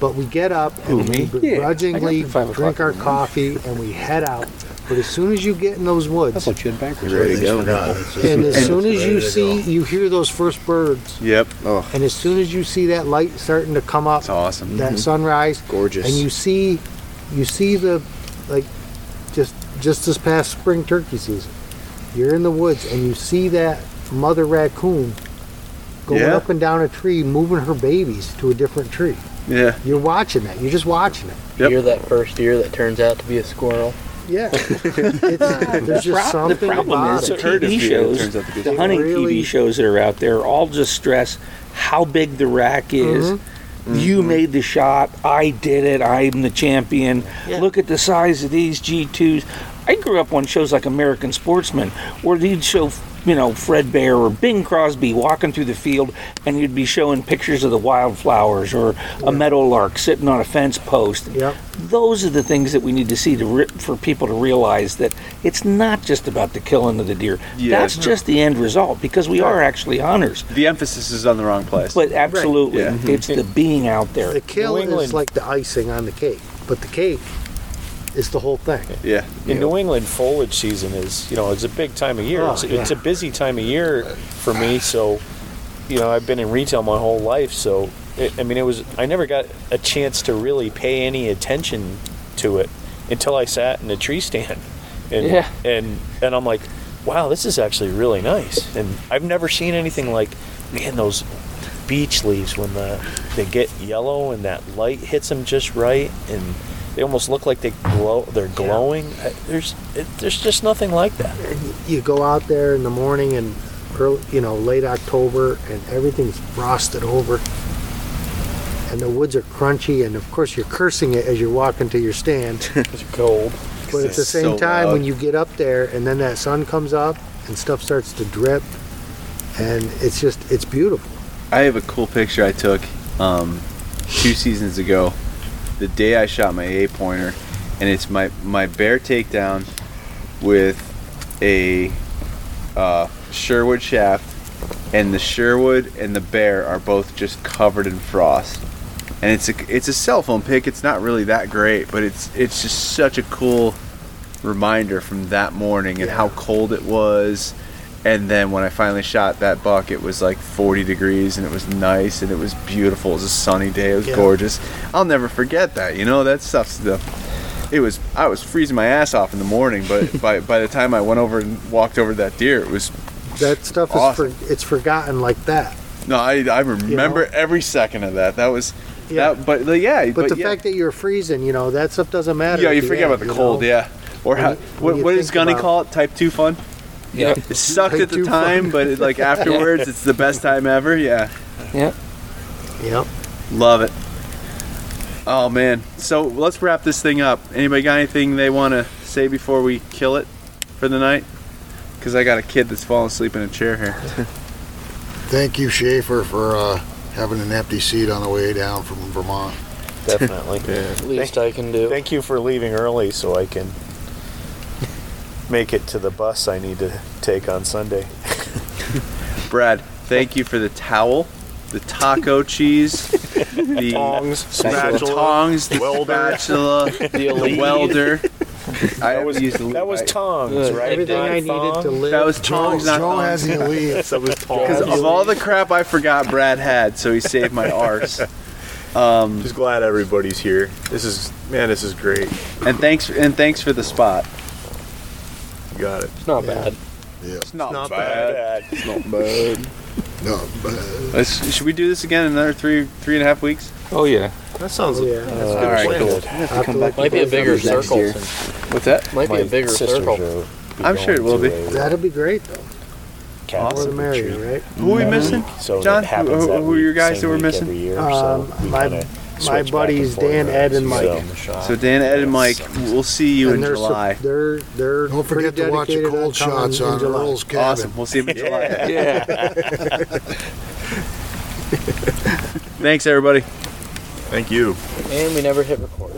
E: But we get up
A: Who,
E: and
A: me?
E: we begrudgingly drink our coffee and we head out But as soon as you get in those woods, that's
J: what you had backwards.
H: Ready to go. Forgot.
E: And as
H: And-
E: soon as
H: Ready to
E: you see, you hear those first birds,
A: Yep. Oh,
E: and as soon as you see that light starting to come up,
A: it's awesome.
E: that sunrise,
A: Gorgeous.
E: and you see, you see the, like, just just this past spring turkey season, you're in the woods and you see that mother raccoon going
A: Yeah.
E: up and down a tree, moving her babies to a different tree.
A: Yeah.
E: You're watching that. You're just watching it.
B: Year You're that first year that turns out to be a squirrel.
E: [LAUGHS] Yeah. It's, there's
D: The
E: just
D: prob-
E: something
D: the problem
E: about
D: is the
E: it.
D: TV shows, the
E: They
D: hunting
E: really-
D: TV shows that are out there, all just stress how big the rack is.
E: Mhm.
D: You made the shot. I did it. I'm the champion. Look at the size of these G2s. I grew up on shows like American Sportsman, where they'd show, you know, Fred Bear or Bing Crosby walking through the field, and you'd be showing pictures of the wildflowers or a meadowlark sitting on a fence post.
E: Yep.
D: Those are the things that we need to see to re- for people to realize that it's not just about the killing of the deer.
A: Yeah.
D: That's
A: No.
D: just the end result because we are actually hunters.
A: The emphasis is on the wrong place.
D: But absolutely,
A: Yeah.
D: it's the being out there.
E: The kill is like the icing on the cake, but the cake is the whole thing.
A: Yeah.
C: In New England, foliage season is, you know, it's a big time of year.
E: Oh,
C: it's, it's a
E: yeah.
C: busy time of year for me. So, you know, I've been in retail my whole life. So, it, I mean, it was, I never got a chance to really pay any attention to it until I sat in a tree stand. And,
B: Yeah.
C: and, and I'm like, wow, this is actually really nice. And I've never seen anything like, man, those beech leaves when the, they get yellow and that light hits them just right and they almost look like they glow they're glowing I, there's it, there's just nothing like
B: [LAUGHS]
C: that
E: You go out there in the morning and early, you know, late October, and everything's frosted over, and the woods are crunchy, and of course you're cursing it as you're walking to your
A: [LAUGHS]
E: stand.
C: it's cold.
E: But at
A: It's
E: the same
A: so
E: time, when
A: loud.
E: you get up there, and then that sun comes up, and stuff starts to drip, and it's just it's beautiful.
A: I have a cool picture I took um, two seasons ago, the day I shot my A pointer, and it's my my bear takedown with a uh, Sherwood shaft, and the Sherwood and the bear are both just covered in frost, and it's a it's a cell phone pic. It's not really that great, but it's it's just such a cool reminder from that morning and how cold it was. And then when I finally shot that buck, it was like 40 degrees and it was nice and it was beautiful. It was a sunny day. It was
E: Yeah.
A: gorgeous. I'll never forget that. You know, that stuff's the. It was. I was freezing my ass off in the morning,
E: [LAUGHS]
A: but by by the time I went over and walked over that deer, it was.
E: That stuff
A: Awesome.
E: is for, it's forgotten like that.
A: No, I I remember every second of that. That was. Yeah. That, but like, yeah.
E: But, the
A: yeah.
E: fact that you're freezing, you know, that stuff doesn't matter.
A: Yeah,
E: at
A: you
E: the
A: forget
E: end,
A: about the
E: you
A: cold,
E: know?
A: yeah. Or
E: When
A: how,
E: you-
A: what,
E: when you
A: what does
E: think
A: Gunny
E: about-
A: call it? Type 2 fun?
E: Yeah.
A: It sucked
E: Type
A: at the
E: two fun.
A: time, but it,
E: [LAUGHS]
A: like afterwards, it's the best time ever, yeah.
D: Yep.
E: Yep.
A: Love it. Oh, man. So let's wrap this thing up. Anybody got anything they want to say before we kill it for the night? Because I got a kid that's falling asleep in a chair here.
H: Thank you, Schaefer, for uh, having an empty seat on the way down from Vermont.
C: definitely
B: least i can do
C: thank you for leaving early so i can make it to the bus i need to take on sunday
A: Brad, thank you for the towel,
H: [LAUGHS]
A: the taco cheese, the
C: Tongs, spatula,
A: the tongs, the
C: welder. [LAUGHS]
A: spatula, the
C: elite.
A: welder. I
C: that was
A: haven't used the
C: that was
A: Levite.
C: tongs right
E: Everything
C: Not
E: I needed
C: thong.
E: to live.
A: That was tongs, not
H: Joe
A: tongs.
H: has the elite.
C: [LAUGHS] that was
A: Because
C: tongs
A: of all the crap I forgot Brad had, so he saved my arse. Um,
O: Just glad everybody's here. This is man, this is great.
A: and thanks and thanks for the spot.
O: You got it.
B: It's not bad.
H: Yeah.
A: It's not,
O: Not
A: bad. It's not bad.
H: No, but
A: Let's, should we do this again in another three three and a half weeks?
D: Oh yeah.
O: That
B: Uh,
O: sounds
E: Yeah.
O: that's
A: all right,
O: good. plan.
A: cool.
B: Might be a bigger circle.
A: What's that?
B: Might be a
C: My
B: bigger
C: sisters
B: circle.
C: are- be
A: I'm sure it will
C: going
A: be.
C: to a
E: That'll be great though.
C: Catholic
E: More the merrier,
C: retreat.
E: right?
A: Who are we
C: That
A: missing?
C: week, So
A: John,
C: that happens
A: who-
C: that
A: who are your
C: week, same
A: guys that we're
C: week
A: missing?
C: Every year,
E: Um,
C: so we
E: my-
C: kinda
E: my
C: switch back and
E: buddies
C: forth,
E: Dan, Ed, and
C: so-
E: Mike.
A: So Dan, Ed, and Mike, we'll see you in
E: they're sup-
A: July.
E: they're they're
H: don't forget
E: pretty
H: to watch the
E: dedicated
H: cold
E: on coming
H: shots
E: in
H: on
E: July.
H: Earl's cabin.
A: Awesome. We'll see him in July.
D: Yeah.
A: Thanks, everybody.
O: Thank you.
B: And we never hit record.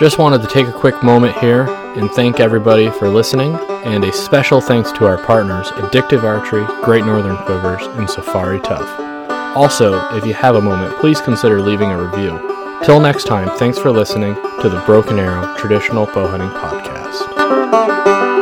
N: Just wanted to take a quick moment here and thank everybody for listening, and a special thanks to our partners, Addictive Archery, Great Northern Quivers, and Safari Tough. Also, if you have a moment, please consider leaving a review.
B: Till next time, thanks for listening to the Broken Arrow Traditional Bow Hunting Podcast.